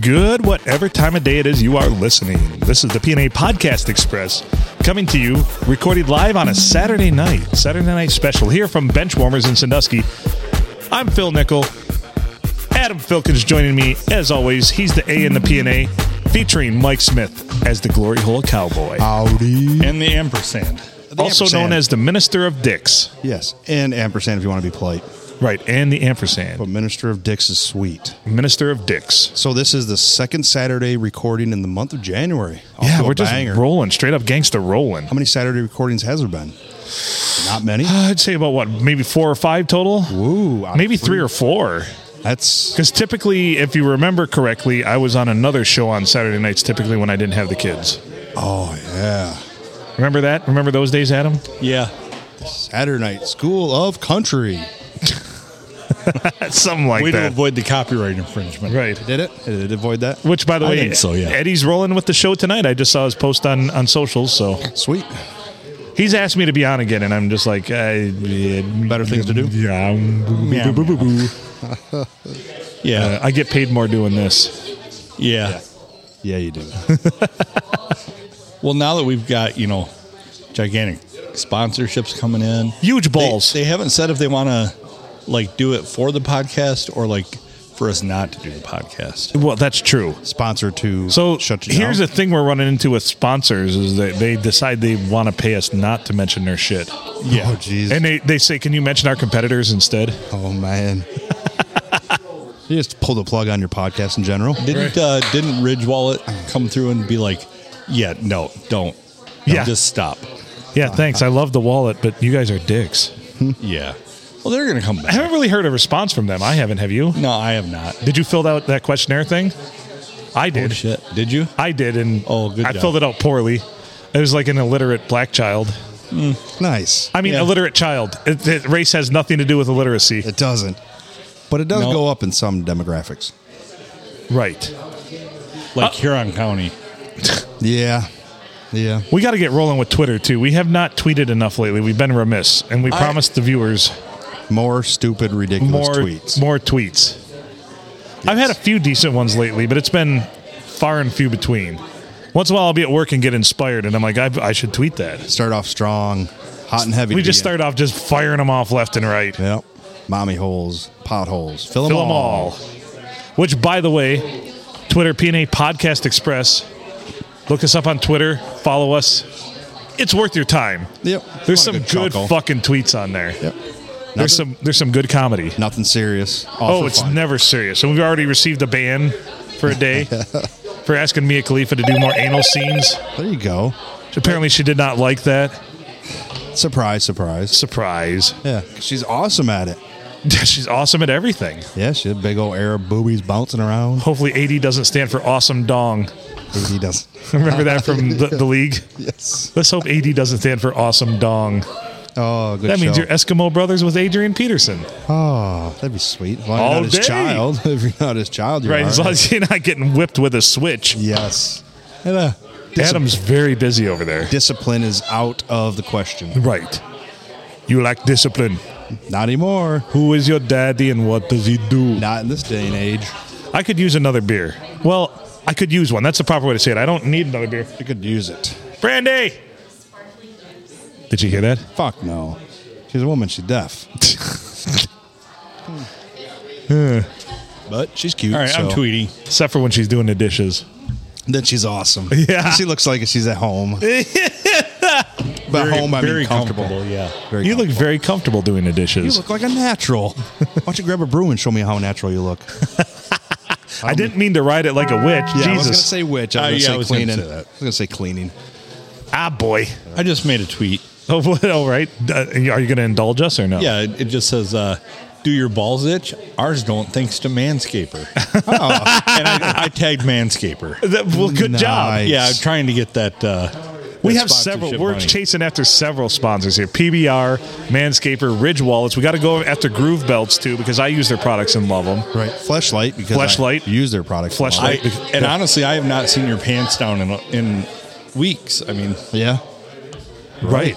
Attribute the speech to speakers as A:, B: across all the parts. A: Good, whatever time of day it is you are listening. This is the PNA Podcast Express coming to you, recorded live on a Saturday night, Saturday night special here from Benchwarmers in Sandusky. I'm Phil Nickel. Adam Filkins joining me as always. He's the A in the PNA, featuring Mike Smith as the Glory Hole Cowboy,
B: Howdy.
C: Uh, and the ampersand.
A: also known
B: ampersand.
A: as the Minister of Dicks.
B: Yes, and ampersand if you want to be polite.
A: Right, and the ampersand.
B: But Minister of Dicks is sweet.
A: Minister of Dicks.
B: So this is the second Saturday recording in the month of January. Off to
A: Yeah,
B: a
A: we're just
B: banger.
A: rolling, straight up gangster rolling.
B: How many Saturday recordings has there been? Not many.
A: I'd say about what, maybe four or five total?
B: Ooh, out of
A: Maybe three or four.
B: That's
A: Because typically, if you remember correctly, I was on another show on Saturday nights, typically when I didn't have the kids.
B: oh yeah.
A: Remember that? Remember those days, Adam?
C: Yeah.
B: Saturday night, School of Country.
A: Something like
C: Way to
A: that.
C: avoid the copyright infringement.
A: Right.
B: Did it? Did it avoid that?
A: Which, by the
C: I
A: way,
C: think so, yeah.
A: Eddie's rolling with the show tonight. I just saw his post on, on socials. So
B: Sweet.
A: he's asked me to be on again, and I'm just like, I, better
B: things to do?
A: Yeah.
C: Meow, meow, Yeah.
A: Uh, I get paid more doing this.
C: yeah.
B: Yeah, you do.
C: Well, now that we've got, you know, gigantic sponsorships coming in,
A: Huge
C: they-
A: balls.
C: They, haven't said if they want to, like, do it for the podcast or, like, for us not to do the podcast.
A: well, that's true.
B: Sponsor to
A: So
B: shut you
A: here's the
B: down.
A: thing we're running into with sponsors is that they decide they want to pay us not to mention their shit.
B: yeah. Oh jeez.
A: And they, they say, can you mention our competitors instead?
B: Oh man. you just pull the plug on your podcast in general.
C: Didn't uh, didn't Ridge Wallet come through and be like, yeah, no, don't. No,
A: Yeah.
C: Just stop.
A: Yeah, thanks. I love the wallet, but you guys are dicks.
C: yeah. Well, they're going to come
A: I
C: back.
A: haven't really heard a response from them. I haven't. Have you?
C: No, I have not.
A: Did you fill out that questionnaire thing? I
C: Oh,
A: did.
C: shit. Did you?
A: I did, and
C: Oh, good
A: I
C: job.
A: filled it out poorly. It was like an illiterate black child.
B: Nice.
A: I mean,
C: Yeah.
A: illiterate child. It, it- race has nothing to do with illiteracy,
B: It doesn't. But it does
C: No.
B: go up in some demographics.
A: right?
C: Like Huron County.
B: Yeah. Yeah.
A: We got to get rolling with Twitter too. We have not tweeted enough lately. We've been remiss, and we
C: I-
A: promised the viewers
B: More stupid, ridiculous
A: more
B: tweets.
A: More tweets. I've had a few decent ones lately, but it's been far and few between. Once in a while, I'll be at work and get inspired, and I'm like, I, I should tweet that.
B: Start off strong, hot and heavy.
A: We
B: to
A: just
B: begin.
A: start off just firing them off left and right. Fill
B: Yep. Mommy holes, potholes. Fill them,
A: 'em all. Which, by the way, Twitter PNA Podcast Express. Look us up on Twitter. Follow us. It's worth your time.
B: Yep.
A: There's
B: Want
A: some
B: a
A: good,
B: chuckle.
A: fucking tweets on there.
B: Yep.
A: There's some there's some good comedy.
B: Nothing serious. All
A: Oh,
B: for
A: it's
B: fun.
A: never serious. And we've already received a ban for a day for asking Mia Khalifa to do more anal scenes.
B: There you go.
A: Apparently, she did not like that.
B: Surprise, surprise.
A: Surprise.
B: Yeah. She's awesome at it.
A: She's awesome at everything.
B: Yeah, she had big old Arab boobies bouncing around.
A: Hopefully, AD doesn't stand for awesome dong.
B: He does.
A: Remember that from the, the league?
B: yes.
A: Let's hope AD doesn't stand for awesome dong.
B: Oh, good.
A: That means
B: show.
A: you're Eskimo brothers with Adrian Peterson.
B: Oh, that'd be sweet. As long
A: All
B: as you're not his
A: day.
B: child. If you're not his child, you're
A: Right?
B: all
A: As long as you're not getting whipped with a switch.
B: Yes. And, uh, dis-
A: Adam's very busy over there.
B: discipline is out of the question.
A: Right. You lack discipline.
B: Not anymore.
A: Who is your daddy and what does he do?
B: Not in this day and age.
A: I could use another beer. Well, I could use one. That's the proper way to say it. I don't need another beer.
B: You could use it.
A: Brandy! Did you hear that?
B: Fuck no. She's a woman. She's deaf. but she's cute.
C: All right, I'm
B: so-
C: tweeting.
A: Except for when she's doing the dishes.
B: Then she's awesome.
A: Yeah.
B: She looks like she's at home. By home, I mean comfortable.
C: Yeah.
B: Very
A: You look
B: comfortable.
A: very comfortable doing the
B: You
A: dishes.
B: look like a natural. Why don't you grab a brew and show me how natural you look?
A: I didn't mean to ride it like a witch.
B: Yeah, I was gonna
A: Jesus.
B: say which. I
C: Uh,
B: was
C: yeah, I
B: gonna
C: was
B: say
C: gonna
B: cleaning.
C: say
B: I
C: that.
B: was gonna say cleaning.
A: ah, boy.
C: I just made a tweet.
A: Oh, well, all right. Uh, are you going to indulge us or no?
C: Yeah, it, it just says, uh, "Do your balls itch?" Ours don't, thanks to Manscaper. and I, I tagged Manscaper.
A: That- Uh, well, good job.
B: Nice.
C: Yeah, I'm trying to get that. Uh,
A: We
C: that
A: have several.
C: sponsorship
A: We're
C: money.
A: chasing after several sponsors here PBR, Manscaper, Ridge Wallets. We got to go after Groove Belts, too, because I use their products and love them.
B: Right. Fleshlight because
A: Fleshlight.
B: I use their products. a lot.
A: Fleshlight.
C: I, and honestly, I have not seen your pants down in in weeks. I mean,
B: Yeah.
A: Right.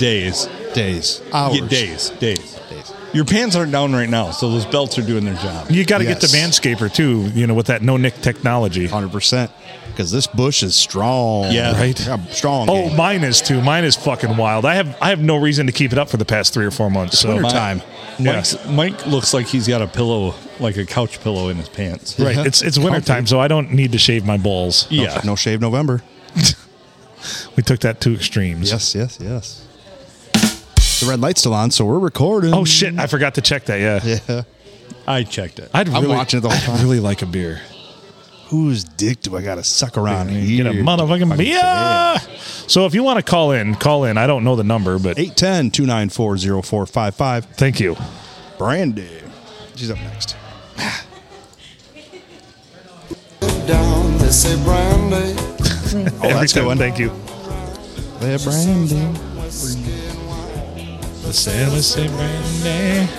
C: days.
B: Days.
C: Yeah,
B: Hours.
C: days, days.
B: Days.
C: Your pants aren't down right now, so those belts are doing their job.
A: You got to get the
B: Yes.
A: manscaper too, you know, with that no nick technology.
B: 100%. Because this bush is strong.
C: Yeah.
A: Right.
B: Yeah, strong.
A: Oh,
B: gang.
A: mine is too. Mine is fucking wild. I have I have no reason to keep it up for the past three or four months. So
B: winter
C: My-
B: time.
A: Yeah.
C: Mike's, Mike looks like he's got a pillow, like a couch pillow in his pants.
A: right, it's it's wintertime, so I don't need to shave my balls. Oh,
C: Yeah.
B: No shave November.
A: We took that to extremes.
B: Yes, yes, yes. The red light's still on, so we're recording.
A: Oh shit! I forgot to check that. Yeah.
B: Yeah.
C: I checked it.
A: I'd
B: I'm
A: really,
B: watching it the whole
A: I'd
B: time.
A: really like a beer.
B: Whose dick do I got to suck around
A: Get
B: here?
A: a motherfucking beer. So if you want to call in, call in. I don't know the number, but
B: 810 294 0455.
A: thank you.
B: Oh, Brandy. She's up next.
D: down, they say brandy.
B: Oh, that's a good
A: time,
B: one.
A: Thank you.
B: Yeah, Brandy.
A: The sailors say brandy.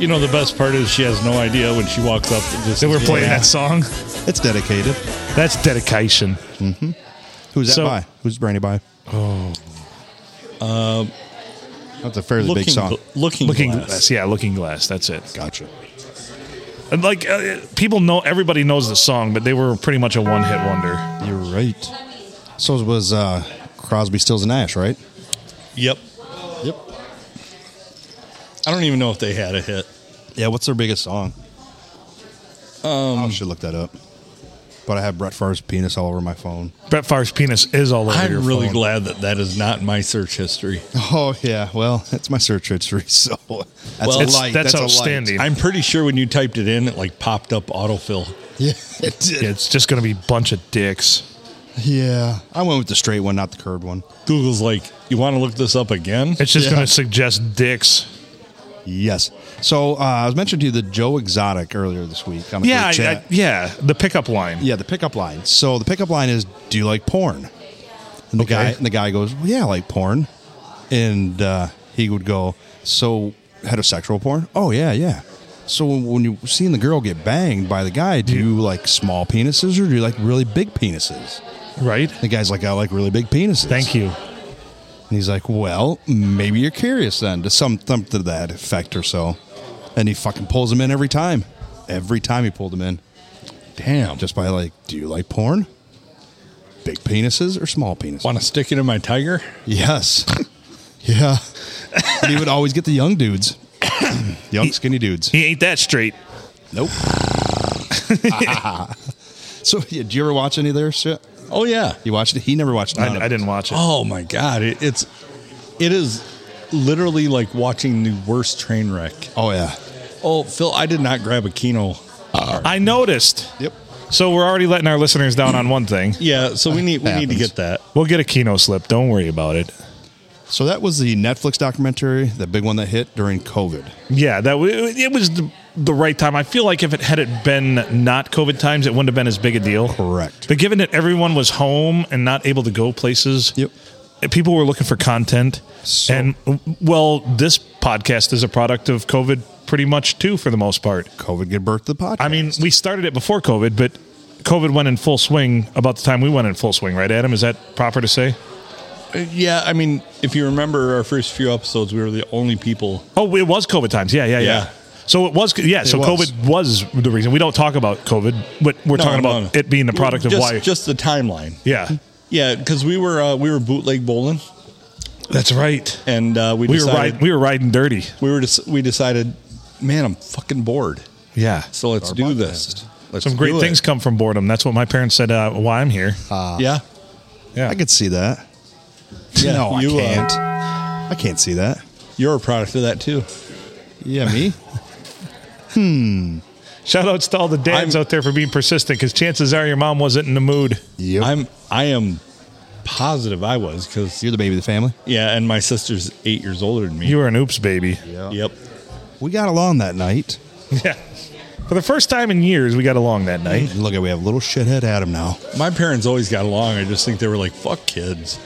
C: You know, the best part is she has no idea when she walks up. that This
A: They
C: is-
A: were playing
B: Yeah.
A: that song.
B: It's dedicated.
A: That's dedication.
B: Who's that
A: So-
B: by? Who's Brandy by? Oh. That's a fairly
C: looking,
B: big song.
C: gl- looking,
A: Looking
C: glass.
A: glass. Yeah, looking glass. That's it.
B: Gotcha.
A: And, like uh, people know everybody knows the song but they were pretty much a one-hit wonder
B: You're right. So it was uh, Crosby, Stills, and Nash, right?
C: Yep.
B: Yep.
C: I don't even know if they had a hit.
B: Yeah, what's their biggest song? Um, I should look that up. But I have Brett Favre's penis all over my phone.
A: brett Favre's penis is all over your
C: I'm really
A: phone.
C: glad that that is not my search history.
B: Oh yeah, well that's my search history. So that's
C: Well,
B: a
C: it's-
B: light.
A: that's
B: a light.
A: outstanding.
C: I'm pretty sure when you typed it in, it like popped up autofill.
B: Yeah, it did.
A: it's just gonna be a bunch of dicks
B: Yeah, I went with the straight one, not the curved one.
C: Google's like, you want to look this up again?
A: it's just
B: Yeah.
A: gonna suggest dicks
B: Yes. So uh, I was mentioning to you the Joe Exotic earlier this week. On a
A: yeah
B: group
A: I-
B: chat.
A: I- yeah the pickup line
B: yeah, the pickup line. So the pickup line is, "Do you like porn?" And the guy, and the guy goes, well, "Yeah, I like porn," and uh, he would go, "So heterosexual porn?" Oh yeah, yeah. So when you seen the girl get banged by the guy, do you like small penises or do you like really big penises?
A: right
B: The guy's like, "I like really big penises."
A: thank you
B: And he's like, "Well, maybe you're curious then," to some thump to that effect or so. And he fucking pulls him in every time. Every time he pulled him in,
C: Damn. Just
B: just by like, "Do you like porn? Big penises or small penises?"
C: want to stick it in my tiger?
B: Yes. yeah. and he would always get the young dudes, young skinny dudes.
A: he ain't that straight
B: Nope. so, yeah, did you ever watch any of their shit?
C: Oh yeah.
B: You watched it? He never watched.
A: I,
B: none of
A: I
B: it.
A: didn't watch it
C: Oh my god, it, it's it is literally like watching the worst train wreck.
B: Oh yeah.
C: Oh, Phil, I did not grab a kino.
A: i noticed
B: Yep.
A: so we're already letting our listeners down on one thing
C: Yeah, so we need we need to
B: Happens.
C: get that.
A: we'll get a kino slip don't worry about it
B: So that was the Netflix documentary, the big one that hit during COVID.
A: yeah that w- it was the, the right time i feel like if it had it been not covid times it wouldn't have been as big a deal
B: Correct.
A: But given that everyone was home and not able to go places,
B: Yep.
A: people were looking for content.
B: So-
A: and well, this podcast is a product of COVID pretty much too for the most part.
B: COVID gave birth to the podcast.
A: I mean, we started it before COVID, but COVID went in full swing about the time we went in full swing, right Adam? Is that proper to say?
C: Uh, Yeah, I mean, if you remember our first few episodes, we were the only people.
A: Oh, it was COVID times. Yeah, yeah, yeah.
C: Yeah.
A: So it was, yeah. So
B: was.
A: COVID was the reason. We don't talk about COVID, but we're
C: No,
A: talking
C: no,
A: about
C: no.
A: it being the product of
C: just,
A: why.
C: Just the timeline.
A: yeah,
C: Yeah, because we were uh, we were bootleg bowling,
A: that's right.
C: and uh, we
A: We were
C: decided,
A: riding. We were riding dirty.
C: we were just, we decided, man, I'm fucking bored.
A: Yeah.
C: So let's do this. Let's
A: Some great
C: do it.
A: things come from boredom. That's what my parents said. Uh, why I'm here.
C: yeah,
A: yeah,
B: I could see that.
C: Yeah,
B: no, I
C: you, uh,
B: can't. I can't see that.
C: you're a product of that too.
B: Yeah, me.
A: shout outs to all the dads
C: I'm-
A: out there for being persistent. Because chances are your mom wasn't in the mood.
B: yep.
C: I'm I am positive I was because
B: You're the baby of the family.
C: yeah, and my sister's eight years older than me.
A: You were an oops baby.
C: Yep.
B: We got along that night.
A: Yeah. For the first time in years, we got along that night.
B: And look at we have little shithead Adam now.
C: My parents always got along. I just think they were like, fuck kids.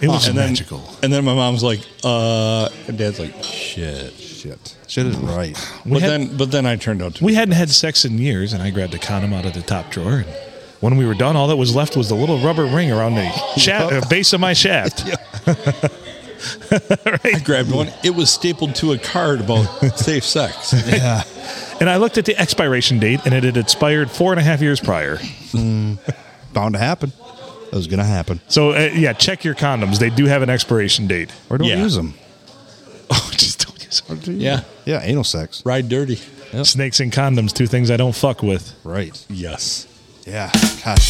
A: It was
C: and then,
B: magical.
C: And then my mom's like, uh, and dad's like, shit.
B: Shit. Shit is right.
A: We
C: but
A: had-
C: then, but then I turned out to
A: we hadn't had sex in years, and I grabbed a condom out of the top drawer. And when we were done, all that was left was the little rubber ring around the shaft, uh, base of my shaft.
C: I grabbed one. It was stapled to a card about safe sex.
B: Yeah.
A: And I looked at the expiration date, and it had expired four and a half years prior.
B: Bound to happen. That was going to happen.
A: So, uh, yeah, check your condoms. They do have an expiration date.
B: Or don't
C: Yeah.
B: use them.
A: Oh, just don't use them.
C: Yeah.
B: Yeah, anal sex.
C: Ride dirty.
A: Snakes and condoms, two things I don't fuck with.
B: Right.
C: Yes.
B: Yeah. God.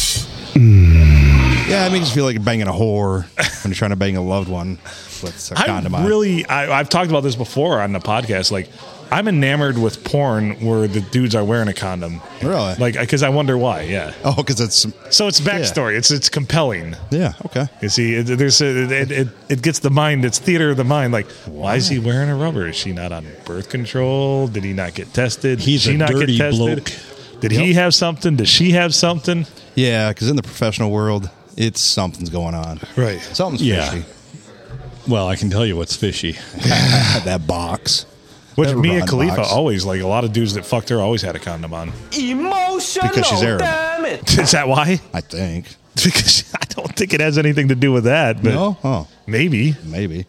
B: Yeah, it makes you feel like you're banging a whore when you're trying to bang a loved one with a condom
A: I'm
B: on.
A: really, I, I've talked about this before on the podcast. Like, I'm enamored with porn where the dudes are wearing a condom.
B: Really?
A: Like, because I wonder why. Yeah.
B: Oh, because it's.
A: So it's backstory. It's it's compelling.
B: Yeah, okay.
A: You see, it, there's a, it, it it gets the mind. It's theater of the mind. Like, why is he wearing a rubber? Is she not on birth control? Did he not get tested? Did
C: He's
A: she
C: a
A: not
C: dirty
A: Did he have something? Does she have something?
B: Yeah, because in the professional world, it's something's going on.
A: Right.
B: Something's
C: Yeah.
B: fishy.
C: Well, I can tell you what's fishy.
B: that box.
A: Which
B: That
A: Mia
B: Ron
A: Khalifa
B: box.
A: always like. A lot of dudes that fucked her always had a condom on.
E: Emotional
B: Because she's Arab.
E: damage.
A: Is that why?
B: I think.
A: Because I don't think it has anything to do with that. But
B: No? Oh,
A: maybe
B: maybe.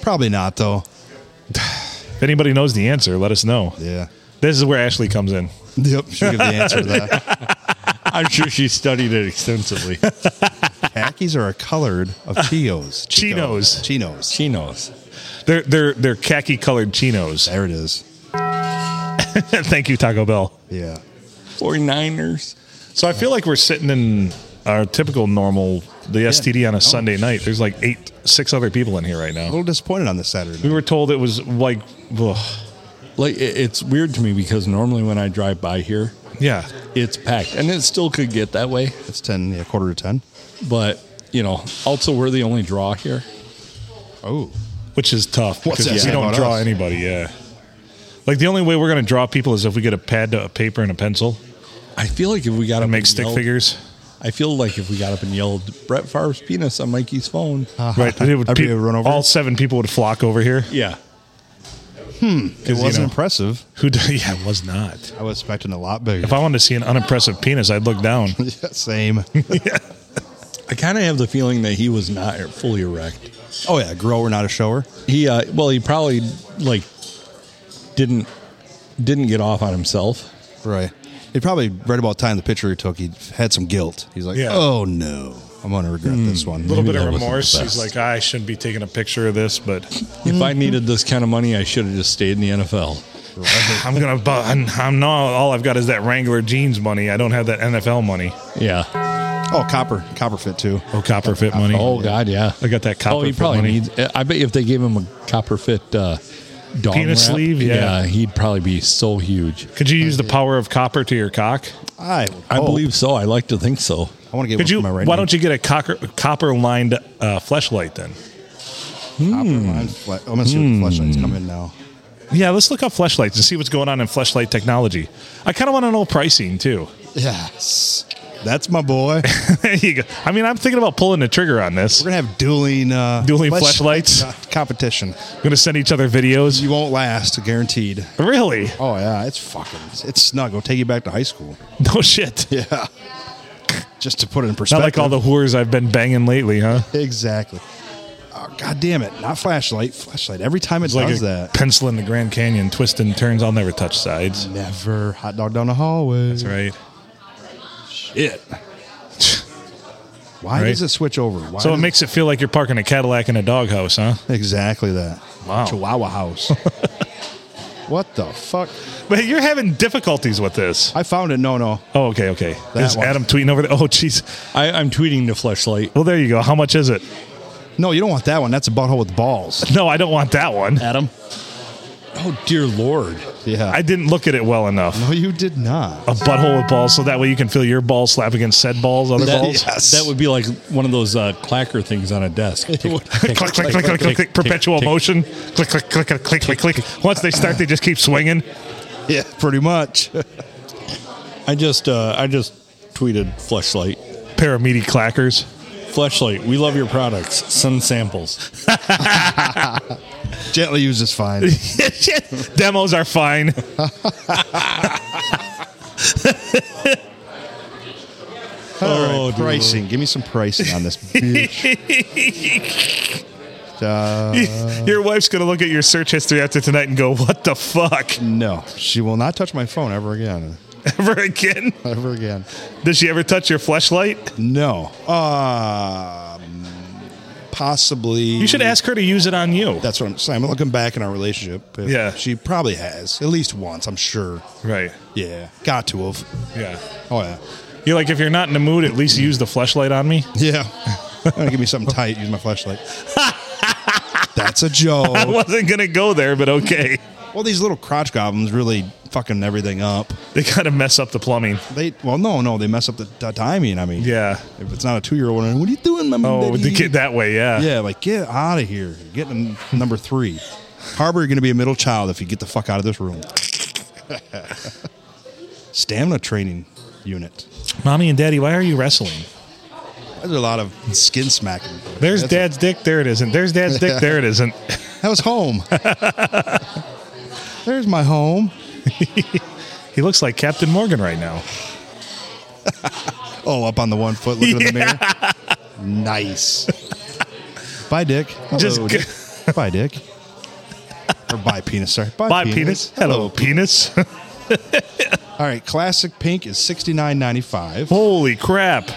B: Probably not, though.
A: if anybody knows the answer, let us know.
B: Yeah.
A: This is where Ashley comes in.
B: Yep. She'll give the answer to that.
C: I'm sure she studied it extensively.
B: Khakis are a colored of Chios.
A: Chinos.
B: Chico. Chinos.
C: She knows.
A: They're they're they're khaki colored chinos.
B: There it is.
A: Thank you, Taco Bell.
B: Yeah.
C: 49ers.
A: So I feel like we're sitting in our typical normal the STD on
B: Oh.
A: a Sunday night. There's like eight, six other people in here right
B: A
A: now.
B: little disappointed on this Saturday.
A: We were told it was like, ugh,
C: Like it- it's weird to me because normally when I drive by here,
A: yeah,
C: it's packed, and it still could get that way.
B: It's 10, yeah, quarter to 10.
C: But you know, also we're the only draw here.
B: Oh.
A: which is tough
B: What's
A: because
B: that
A: we
B: saying
A: don't
B: about
A: draw
B: us?
A: anybody. Yeah, like the only way we're gonna draw people is if we get a pad, a paper, and a pencil
C: I feel like if we got to
A: and make stick figures.
C: I feel like if we got up and yelled Brett Favre's penis on Mikey's phone,
A: Right, it would,
B: I'd be
A: pe-
B: a run over.
A: all seven people would flock over here.
C: yeah,
B: It
A: you
B: wasn't
A: know.
B: impressive.
A: Who? d- Yeah, it was not.
B: I was expecting a lot bigger.
A: If I wanted to see an unimpressive penis, I'd look down.
B: Yeah, Same.
C: I kind of have the feeling that he was not fully erect.
B: oh, yeah. Grower, not a shower.
C: He uh, well, he probably like didn't didn't get off on himself.
B: Right. He probably, right about the time the picture he took, he had some guilt. He's like,
A: Yeah.
B: oh, no. I'm going to regret this one.
A: A little
C: Maybe
A: bit of
C: that wasn't the
A: remorse. He's like,
C: best.
A: I shouldn't be taking a picture of this, but
C: If I needed this kind of money, I should have just stayed in the NFL.
A: I'm gonna. bu- I'm, I'm not. All I've got is that Wrangler jeans money. I don't have that NFL money.
C: Yeah.
B: Oh, copper. Copper fit, too.
A: Oh, copper fit money.
C: Oh God, yeah.
A: I got that copper.
C: oh, he
A: fit
C: probably
A: money.
C: needs. I bet if they gave him a copper fit uh, dong
A: Penis
C: wrap,
A: sleeve, yeah.
C: he'd probably be so huge.
A: Could you use the power of copper to your cock?
B: I,
A: Oh.
C: I believe so. I like to think so.
B: I want to get
A: Could
B: one
A: you?
B: for my right
A: Why don't you get a cocker, copper lined uh, fleshlight then?
B: I'm going to see what flashlights come in now.
A: Yeah, let's look up fleshlights and see what's going on in fleshlight technology. I kind of want to know pricing too.
B: Yes. That's my boy.
A: there you go. I mean, I'm thinking about pulling the trigger on this.
B: We're going to have dueling uh,
A: Dueling
B: flashlight
A: fleshlights?
B: co- competition.
A: We're gonna send each other videos.
B: You won't last, guaranteed.
A: Really?
B: Oh, yeah. It's fucking, it's snug. It'll take you back to high school.
A: No shit.
B: Yeah. Just to put it in
A: Not
B: perspective.
A: like all the whores I've been banging lately, huh?
B: Exactly. Oh, God damn it. Not flashlight. Flashlight. Every time it
A: It's like
B: does
A: a
B: that.
A: pencil in the Grand Canyon, twist and turns. I'll never touch sides.
B: Never. Hot dog down the hallway.
A: That's right.
B: Shit. Why
A: Right.
B: does it switch over? Why
A: So it
B: does-
A: makes it feel like you're parking a Cadillac in a doghouse, huh?
B: Exactly that.
A: Wow.
B: Chihuahua house. what the fuck?
A: But you're having difficulties with this.
B: I found it. No, no.
A: Oh, okay, okay.
B: That
A: Is
B: one.
A: Adam tweeting over there? Oh, jeez.
C: I, I'm tweeting the flashlight.
A: Well, there you go. How much is it?
B: No, you don't want that one. That's a butthole with balls.
A: No, I don't want that one.
B: Adam?
C: Oh dear lord!
B: Yeah.
A: I didn't look at it well enough.
B: no, you did not.
A: A butthole with balls, so that way you can feel your balls slap against said balls, other
C: That,
A: balls.
B: Yes.
C: that would be like one of those uh, clacker things on a desk.
A: Oh, click, click, click, click, click, click, click, perpetual motion. Click, click, click, click, click, click, click. Once they start, they just keep swinging.
B: Yeah, pretty much.
C: I just uh, I just tweeted flashlight.
A: Pair of meaty clackers.
C: Flashlight. We love your products. Send samples.
B: Gently used is fine.
A: Demos are fine.
B: All right,
C: Oh, dear
A: Oh,
B: pricing. Give me some pricing on this. bitch. Uh,
A: Your wife's going to look at your search history after tonight and go, what the fuck?
B: no, she will not touch my phone ever again.
A: Ever again?
B: Ever again.
A: Does she ever touch your flashlight?
B: No. Um, possibly.
A: You should ask her to use it on you.
B: That's what I'm saying. I'm looking back in our relationship. If-
A: Yeah.
B: She probably has at least once. I'm sure.
A: Right.
B: Yeah. Got to have.
A: Yeah.
B: Oh yeah.
A: You're like, if you're not in the mood, at least use the flashlight on me.
B: Yeah. Give me something tight. Use my flashlight. That's a joke.
A: I wasn't going to go there, but okay.
B: Well, these little crotch goblins really fucking everything up.
A: They kind of mess up the plumbing.
B: They well, no, no, they mess up the, the timing. I mean,
A: Yeah.
B: if it's not a two-year-old, and, what are you doing, my
A: Oh,
B: baby?"
A: to get that way, yeah.
B: Yeah, like get out of here. Get in number three. Harbor, you're going to be a middle child if you get the fuck out of this room. Stamina training unit.
A: Mommy and daddy, why are you wrestling?
B: There's a lot of skin smacking.
A: There's
B: That's
A: dad's dick. There it isn't. There's dad's dick. There it isn't.
B: a- that was home. There's my home.
A: He looks like Captain Morgan right now.
B: Oh, up on the one foot, looking in the mirror. Nice. Bye, Dick. Hello,
A: Just
B: Dick. bye, Dick. Or bye, penis. Sorry.
A: Bye, penis. Hello, penis.
B: All right. Classic pink is sixty nine ninety five.
A: Holy crap.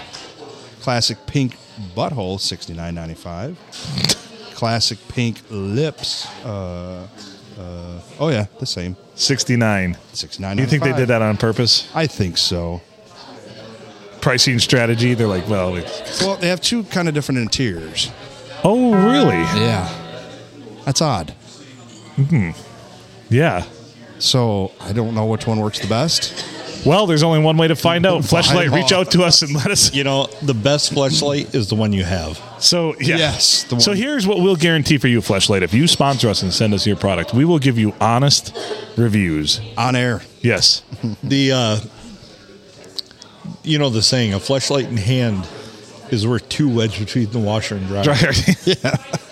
B: Classic pink butthole sixty nine ninety five. Classic pink lips. Uh, uh, oh yeah, the same.
A: 69.
B: Sixty nine.
A: You think they did that on purpose?
B: I think so.
A: Pricing strategy. They're like, well, it's-
B: Well, they have two kind of different interiors.
A: oh, really?
B: Yeah, that's odd.
A: Yeah.
B: So I don't know which one works the best.
A: Well, there's only one way to find out. Flashlight, reach out to us and let us.
C: You know, the best flashlight is the one you have.
A: So, yeah.
B: Yes, the
A: So
B: one-
A: here's what we'll guarantee for you, Fleshlight. If you sponsor us and send us your product, we will give you honest reviews.
B: on air.
A: Yes.
C: The uh you know the saying, a flashlight in hand is worth two wedge between the washer and dryer.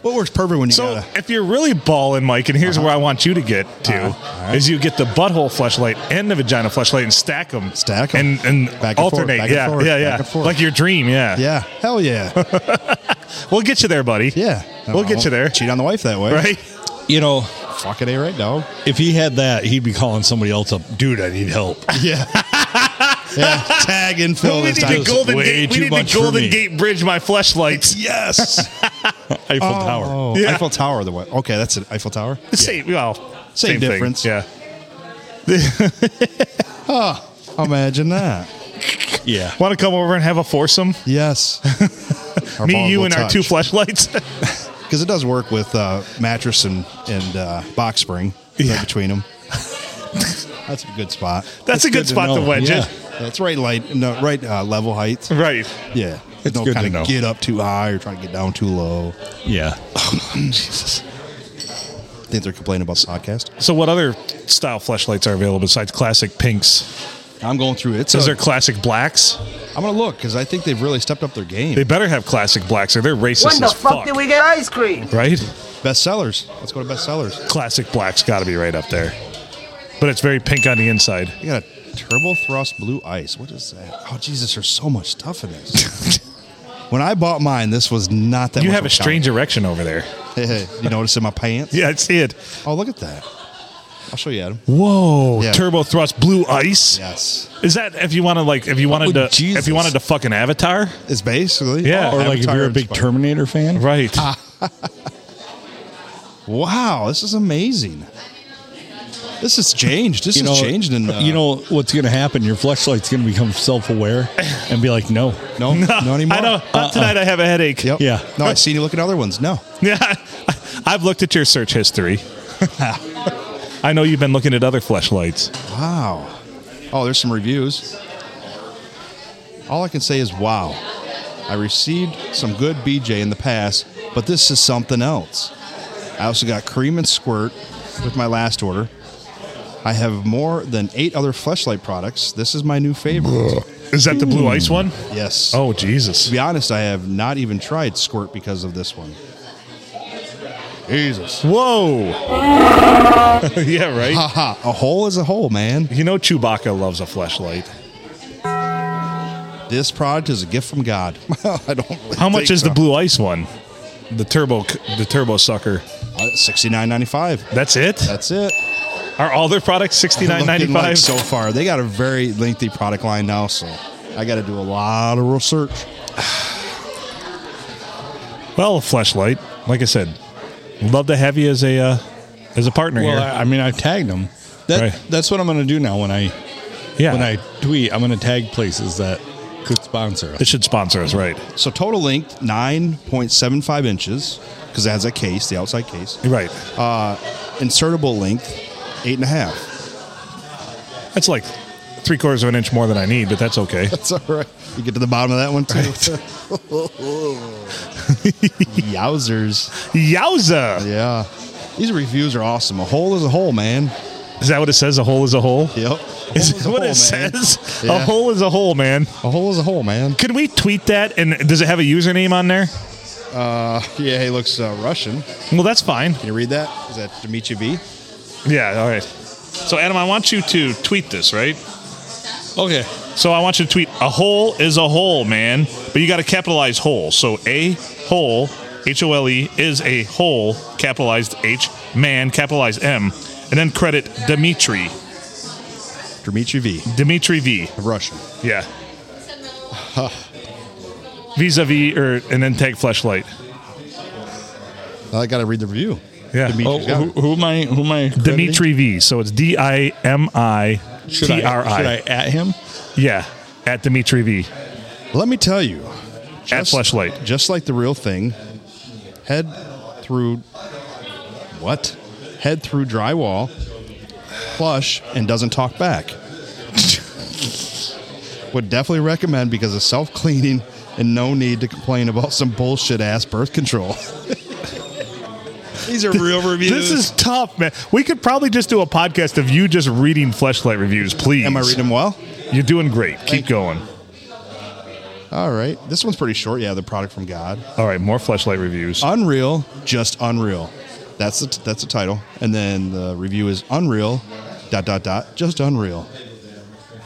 B: What works perfect when you
A: So
B: gotta-
A: if you're really balling, Mike, and here's where I want you to get to
B: Uh-huh. All right.
A: is you get the butthole flashlight and the vagina flashlight and stack them,
B: Stack 'em.
A: and and
B: Back and forth,
A: alternate.
B: back and
A: yeah,
B: forth,
A: yeah,
B: back
A: yeah,
B: and forth.
A: like your dream. Yeah,
B: Yeah, hell yeah,
A: We'll get you there, buddy.
B: yeah. Oh,
A: we'll get you there.
B: Cheat on the wife that way,
A: Right?
C: You know,
B: Fuck it, a right now.
C: if he had that, he'd be calling somebody else up, dude, I need help.
B: Yeah, yeah. Tag
A: we
B: infill
A: need
B: this
A: the
B: time.
C: gold-
A: Golden
C: way
A: Gate. We
C: too
A: need
C: much
A: the
C: for
A: Golden
C: me.
A: Gate Bridge. My flashlights.
B: Yes,
C: Eiffel Tower.
B: Oh,
A: Yeah.
B: Eiffel Tower. The way. Okay, that's it. Eiffel Tower.
A: Same. Well,
B: Same
A: thing.
B: difference.
A: Yeah.
B: Imagine that.
C: Yeah.
A: Want to come over and have a foursome?
B: Yes. Our
A: Me,
B: balls
A: you,
B: will
A: and our
B: touch.
A: two flashlights.
B: because it does work with uh, mattress and and uh, box spring right between them. That's a good spot.
A: That's a good,
C: to
A: spot to,
C: know.
A: wedge
C: Yeah.
B: That's right light, no, right uh, level height.
A: it. Right.
B: Yeah,
C: It's
B: no
C: good to
B: kind
C: know.
B: of get up too high or trying to get down too low.
C: Yeah.
B: I think they're complaining about the podcast.
A: So, what other style flashlights are available besides classic pinks?
B: I'm going through it.
A: Is there classic blacks?
B: I'm going to look because I think they've really stepped up their game.
A: They better have classic blacks, or they're racist
E: When the
A: as
E: fuck
A: fuck.
E: did we get ice cream?
A: right?
B: best sellers. Let's go to best sellers.
A: Classic blacks got to be right up there, but it's very pink on the inside.
B: They got a turbo thrust blue ice. What is that? Oh Jesus, there's so much stuff in this. when I bought mine, this was not that.
A: You
B: much
A: have a
B: of count.
A: strange erection over there.
B: you notice in my pants?
A: Yeah, I see it.
B: Oh, look at that. I'll show you, Adam.
A: Whoa!
B: Yeah.
A: Turbo thrust, blue ice.
B: Yes,
A: Is that if you wanted like if you wanted
C: would
A: to if
C: Jesus-
A: you wanted to fuck an avatar?
B: it's basically
A: Yeah.
C: Or like if
B: Avatar
C: you're a big
B: inspired.
C: Terminator fan.
A: Right.
B: Wow, this is amazing. This has changed. This
C: You
B: has
C: know,
B: changed. In uh,
C: you know what's going to happen? Your flashlight's going to become self-aware and be like, "No,
B: no, not anymore.
A: I know. Not tonight. I have a headache.
B: Yep.
C: Yeah.
B: No, I seen you looking at other ones. No.
A: Yeah. I've looked at your search history. I know you've been looking at other flashlights.
B: Wow. Oh, there's some reviews. All I can say is wow. I received some good BJ in the past, but this is something else. I also got cream and squirt with my last order. I have more than eight other fleshlight products. This is my new favorite.
A: Is that the blue ice one?
B: yes.
A: Hmm. Oh Jesus!
B: To be honest, I have not even tried squirt because of this one. Jesus.
A: Whoa! yeah, right.
B: Haha, a hole is a hole, man.
A: You know Chewbacca loves a flashlight.
B: This product is a gift from God. I don't. really
A: How much
B: think
A: is the
B: so.
A: blue ice one? the turbo c- the turbo sucker. Uh,
B: Sixty nine ninety five.
A: That's it.
B: That's it.
A: Are all their products sixty nine ninety
B: Looking like
A: five?
B: so far. They got a very lengthy product line now, so I got to do a lot of research.
A: Well, flashlight. Like I said, love to have you as a uh, as a partner
C: Well,
A: here.
C: I, I mean, I've tagged them. That,
A: Right.
C: That's what I'm going to do now when I
A: yeah,
C: when I tweet. I'm going to tag places that could sponsor us.
A: it should sponsor us, right?
B: So total length nine point seven five inches because it has a case, the outside case.
A: Right.
B: Insertable length eight and a half.
A: That's like three quarters of an inch more than I need, but that's okay.
B: That's all right. You get to the bottom of that one too. Yowzers!
A: Yowza!
B: Yeah, these reviews are awesome. A hole is a hole, man.
A: Is that what it says? A hole is a hole.
B: Yep.
A: Is
B: Hole
A: that what
B: hole,
A: it
B: man.
A: says? A
B: Yeah.
A: hole is a hole, man.
B: A hole is a hole, man.
A: Can we tweet that? And does it have a username on there?
B: Yeah, he looks uh, Russian.
A: Well, that's fine.
B: Can you read that? Is that Dmitry V?
A: Yeah. All right. So, Adam, I want you to tweet this, right?
C: Okay.
A: So I want you to tweet a hole is a hole, man. But you got to capitalize hole. So a hole, H O L E, is a hole, capitalized H, man, capitalized M, and then credit Dimitri,
B: Dmitry V.
A: Dimitri V.
B: Russian.
A: Yeah. Vis a vis, or er, and then tag flashlight.
B: I got to read the review.
A: Yeah.
B: Dmitry.
C: Oh, who, who am I? Who am I? crediting?
A: Dimitri V. So it's D I M I
C: Should I,
A: T R
C: should I
A: I.
C: at him?
A: Yeah. At Dimitri V.
B: Let me tell you,
A: At
B: just-
A: flashlight.
B: just like the real thing, head through what? Head through drywall, plush, and doesn't talk back. Would definitely recommend because it's self cleaning and no need to complain about some bullshit ass birth control. These are real reviews.
A: This is tough, man. We could probably just do a podcast of you just reading fleshlight reviews, please.
B: Am I reading them well?
A: You're doing great. Keep going.
B: All right. This one's pretty short. Yeah, the product from God.
A: All right, more fleshlight reviews.
B: Unreal, just unreal. That's the that's the title, and then the review is unreal, dot dot dot, just unreal.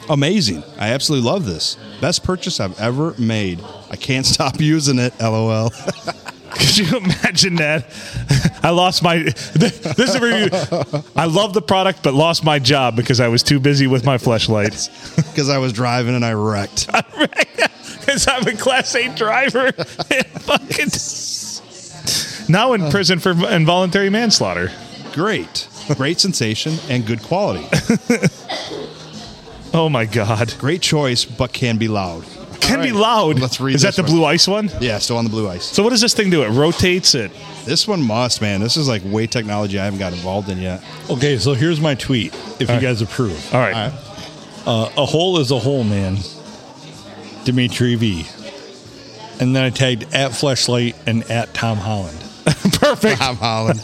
B: Amazing! I absolutely love this. Best purchase I've ever made. I can't stop using it. LOL.
A: Could you imagine that? I lost my. This is a review. I love the product, but lost my job because I was too busy with my fleshlight.
B: Because I was driving and I wrecked.
A: Because I'm a class A driver. And fucking. Now in prison for involuntary manslaughter.
B: Great, great sensation and good quality.
A: Oh my God.
B: Great choice, but can be loud.
A: Can
B: All
A: be
B: right,
A: loud.
B: Let's read.
A: Is that
B: this
A: the
B: one.
A: blue ice one?
B: Yeah, still on the blue ice.
A: So what does this thing do? It rotates it.
B: This one must, man. This is like way technology I haven't got involved in yet.
C: Okay, so here's my tweet. If you guys approve,
A: All right.
B: All right.
C: uh, a hole is a hole, man. Dimitri V. And then I tagged at Fleshlight and at Tom Holland.
A: Perfect.
B: Tom Holland.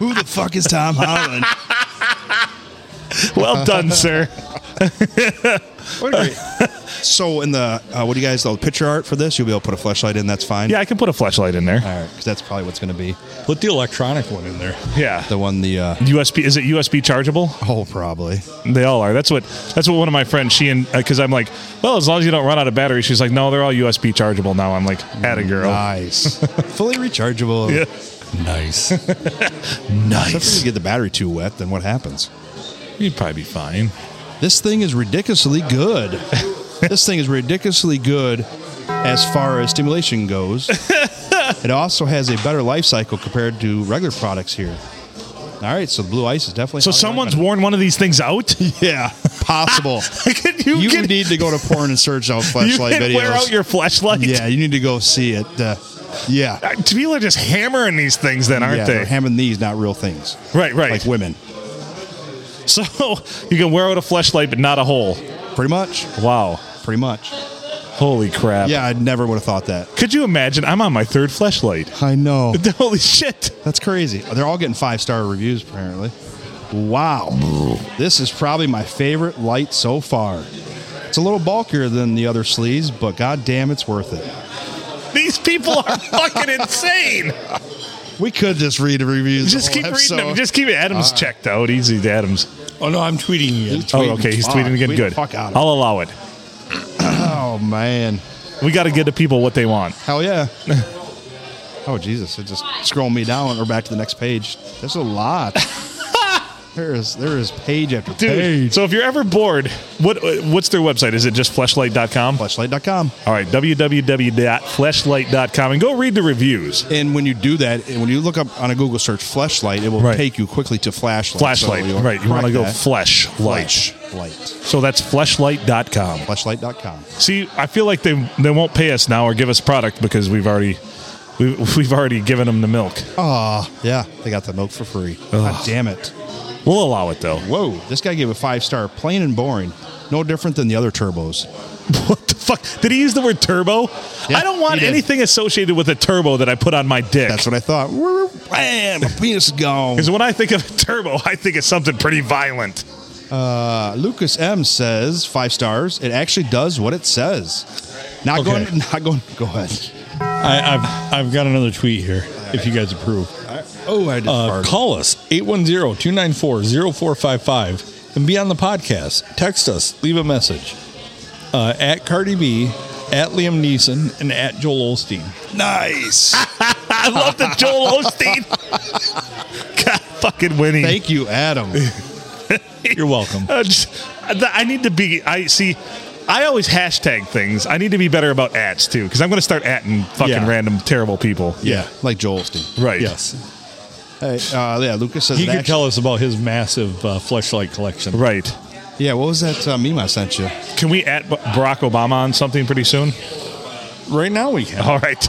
B: Who the fuck is Tom Holland?
A: Well done, sir.
B: So in the uh, what do you guys the picture art for this? You'll be able to put a flashlight in. That's fine.
A: Yeah, I can put a flashlight in there.
B: All right, because that's probably what's going to be
C: Put the electronic one in there.
A: Yeah.
B: the one. The uh,
A: USB is it USB chargeable?
B: oh, probably.
A: They all are. That's what that's what one of my friends she and because I'm like, well, as long as you don't run out of battery, she's like, no, they're all USB chargeable now. I'm like, at a girl,
B: Nice, fully rechargeable.
A: Yeah.
C: Nice.
B: Except if
A: nice.
B: you get the battery too wet, then what happens?
A: You'd probably be fine.
B: This thing is ridiculously good. this thing is ridiculously good as far as stimulation goes. it also has a better life cycle compared to regular products here. All right, so the blue ice is definitely
A: So someone's worn one of these things out.
B: yeah possible.
A: Can you,
B: you
A: can,
B: need to go to porn and search out
A: you
B: flashlight
A: can
B: videos.
A: wear out your flashlight.
B: yeah, you need to go see it. Uh, yeah,
A: Uh, People are just hammering these things, then, aren't
B: yeah,
A: they?
B: are hammering these, not real things.
A: right, right.
B: Like women,
A: so you can wear out a flashlight, but not a hole.
B: pretty much,
A: Wow.
B: pretty much.
A: Holy crap.
B: Yeah, I never would have thought that.
A: Could you imagine? I'm on my third flashlight.
B: I know
A: Holy shit.
B: that's crazy. They're all getting five star reviews apparently. Wow, this is probably my favorite light so far. It's a little bulkier than the other sleeves, but goddamn, it's worth it.
A: These people are fucking insane.
B: We could just read the reviews. the
A: Just
B: whole
A: keep reading them.
B: episode.
A: Just keep it. Adams checked out. Easy to Adams.
C: oh, no, I'm tweeting again.
A: Oh,
B: Tweeting.
A: okay. He's
B: Fuck.
A: tweeting again.
B: Tweet the
A: Good.
B: fuck out of
A: I'll allow it.
B: oh man,
A: We got to give the people what they want.
B: hell yeah. Oh Jesus! It just scroll me down or back to the next page. There's a lot. there is there is page after
A: Dude,
B: page.
A: so if you're ever bored, what what's their website? Is it just fleshlight.com?
B: Fleshlight.com.
A: All right, www.fleshlight.com and go read the reviews.
B: And when you do that, and when you look up on a Google search flashlight, it will
A: Right.
B: take you quickly to flashlight.
A: Flashlight,
B: So
A: right. You want to
B: correct
A: go
B: that.
A: fleshlight.
B: flashlight.
A: So that's fleshlight.com.
B: Flashlight.com.
A: See, I feel like they they won't pay us now or give us product because we've already we, we've already given them the milk.
B: Ah, yeah, they got the milk for free. God damn it!
A: We'll allow it though.
B: Whoa, this guy gave a five star, plain and boring. No different than the other turbos.
A: What the fuck? Did he use the word turbo?
B: Yeah,
A: I don't want
B: he did.
A: anything associated with a turbo that I put on my dick.
B: That's what I thought. Bam, my penis is gone.
A: Because when I think of a turbo, I think it's something pretty violent.
B: Uh, Lucas M says five stars. It actually does what it says. Not
C: Okay.
B: going. Not going. Go ahead.
C: I, I've, I've got another tweet here, if you guys approve.
B: Oh, I did
C: Uh,
B: fart.
C: call us 810-294-0455 and be on the podcast. Text us, leave a message uh, at Cardi B, at Liam Neeson, and at Joel Osteen.
B: Nice.
A: I love the Joel Osteen. God fucking Winnie.
B: Thank you, Adam.
C: You're welcome.
A: Uh, just- I I need to be. I see. I always hashtag things. I need to be better about ads too, because I'm going to start atting fucking
C: Yeah.
A: random terrible people.
C: Yeah.
B: like Joel Osteen.
A: Right.
C: Yes,
B: Hey, uh, yeah, Lucas says.
C: he
B: it
C: could
B: actu-
C: tell us about his massive uh, fleshlight collection.
A: Right.
B: Yeah, what was that uh, meme I sent you?
A: Can we at B- Barack Obama on something pretty soon?
C: Right now, we can.
A: All right.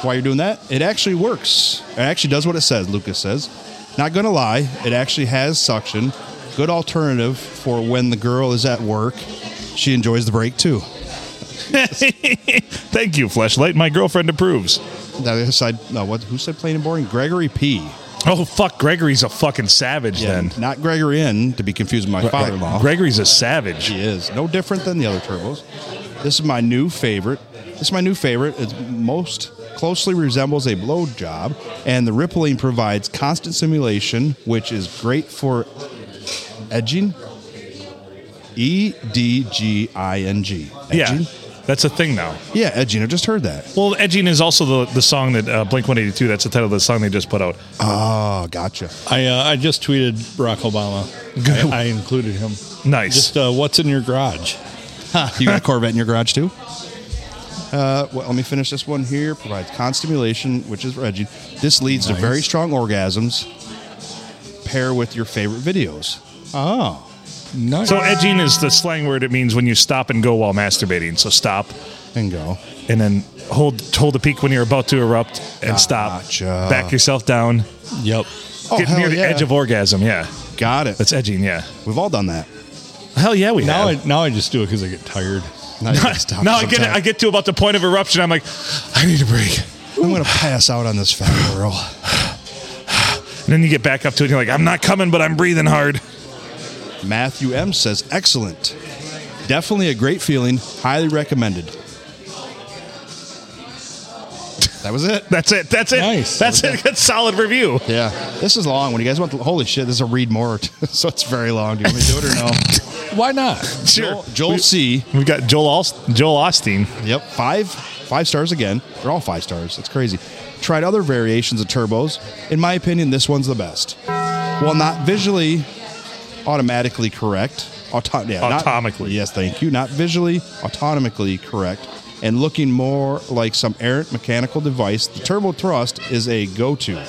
B: Why you're doing that? It actually works. It actually does what it says. Lucas says. Not gonna lie, it actually has suction. Good alternative for when the girl is at work. She enjoys the break too.
A: Thank you, Fleshlight. My girlfriend approves.
B: That other side. No, what? Who said plain and boring? Gregory P.
A: Oh fuck, Gregory's a fucking savage
B: Yeah,
A: then.
B: not Gregory N. To be confused with my father-in-law.
A: Gregory's a savage.
B: He is no different than the other turbos. This is my new favorite. This is my new favorite. It most closely resembles a blowjob, and the rippling provides constant simulation, which is great for edging. E D G I N G.
A: Yeah.
B: Edging?
A: That's a thing now.
B: Yeah, edging. I just heard that.
A: Well, edging is also the, the song that uh, Blink 182. That's the title of the song they just put out.
B: Oh, gotcha.
C: I uh, I just tweeted Barack Obama. I, I included him.
A: Nice.
C: Just uh, what's in your garage?
B: You got a Corvette in your garage too? Uh, well, let me finish this one here. Provides constant stimulation, which is edging. This leads to very strong orgasms. Pair with your favorite videos. Oh,
C: Nice.
A: So edging is the slang word. It means when you stop and go while masturbating. So stop
B: and go.
A: and then hold hold the peak when you're about to erupt and stop.
B: Gotcha.
A: Back yourself down.
C: yep.
B: Oh,
A: get
B: hell
A: near the
B: yeah.
A: edge of orgasm. Yeah,
B: Got it.
A: that's edging. Yeah.
B: We've all done that.
A: Hell yeah, we
C: Now
A: have.
C: I now I just do it because I get tired.
B: Now, you gotta stop
A: now I get it.
B: sometime.
A: I get to about the point of eruption. I'm like, I need a break.
B: I'm gonna pass out on this fat girl.
A: And then you get back up to it. and You're like, I'm not coming, but I'm breathing hard.
B: Matthew M says excellent. Definitely a great feeling. Highly recommended. That was it.
A: That's it. That's it.
C: Nice.
A: That's it. That's solid review.
B: Yeah, this is long. When you guys want, the, holy shit, this is a read more, so it's very long. Do you want me to do it or no?
C: Why not?
A: Sure.
B: Joel, Joel C.
A: We've got Joel Alst- Joel Austin.
B: Yep, five five stars again. They're all five stars. That's crazy. Tried other variations of turbos. In my opinion, this one's the best. While not visually automatically correct, auto- yeah, not-
A: Automically.
B: yes, thank you. Not visually autonomically correct, and looking more like some errant mechanical device, the turbo thrust is a go-to.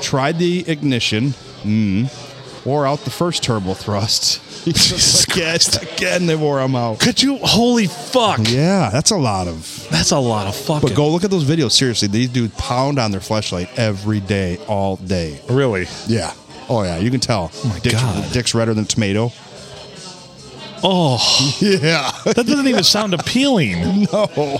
B: Tried the ignition. Mm, wore out the first turbo thrust. Jesus Christ! Again, they wore them out.
A: Could you? Holy fuck.
B: Yeah, that's a lot of
A: That's a lot of fucking.
B: but go look at those videos. Seriously, these dudes pound on their flashlight every day, all day.
A: Really.
B: Yeah. Oh yeah, you can tell. Oh
A: my
B: dick's,
A: God.
B: dick's redder than tomato.
A: Oh.
B: Yeah.
A: That doesn't even sound appealing.
B: no.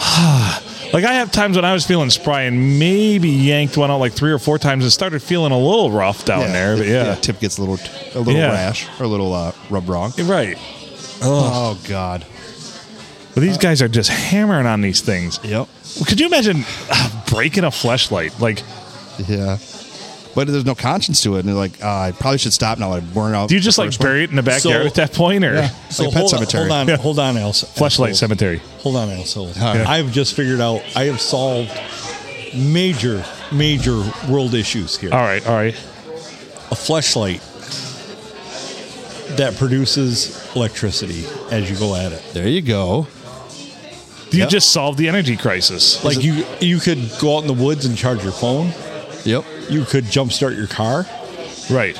A: Like I have times when I was feeling spry and maybe yanked one out like three or four times and started feeling a little rough down Oh, there. But yeah.
B: tip gets a little, a little
A: Yeah.
B: rash or a little uh, rub wrong.
A: right.
B: Oh God.
A: But these guys are just hammering on these things.
B: Yep.
A: Could you imagine uh, breaking a flashlight? Like,
B: Yeah. But there's no conscience to it, and they're like, uh, I probably should stop now. I burn out.
A: do you just
B: the
A: like
B: first one.
A: bury it in the backyard
C: So-
A: at that point, or
B: Like a pet
C: hold
B: cemetery.
C: On, hold on,
A: Yeah.
C: hold on, else.
A: flashlight cemetery?
C: Hold on, asshole.
B: All right.
C: I've just figured out. I have solved major, major world issues here.
A: All right, all right.
C: A flashlight that produces electricity as you go at it.
B: There you go.
A: You
B: Yep.
A: just solved the energy crisis.
C: Like you, you could go out in the woods and charge your phone.
B: Yep.
C: You could jumpstart your car.
A: Right.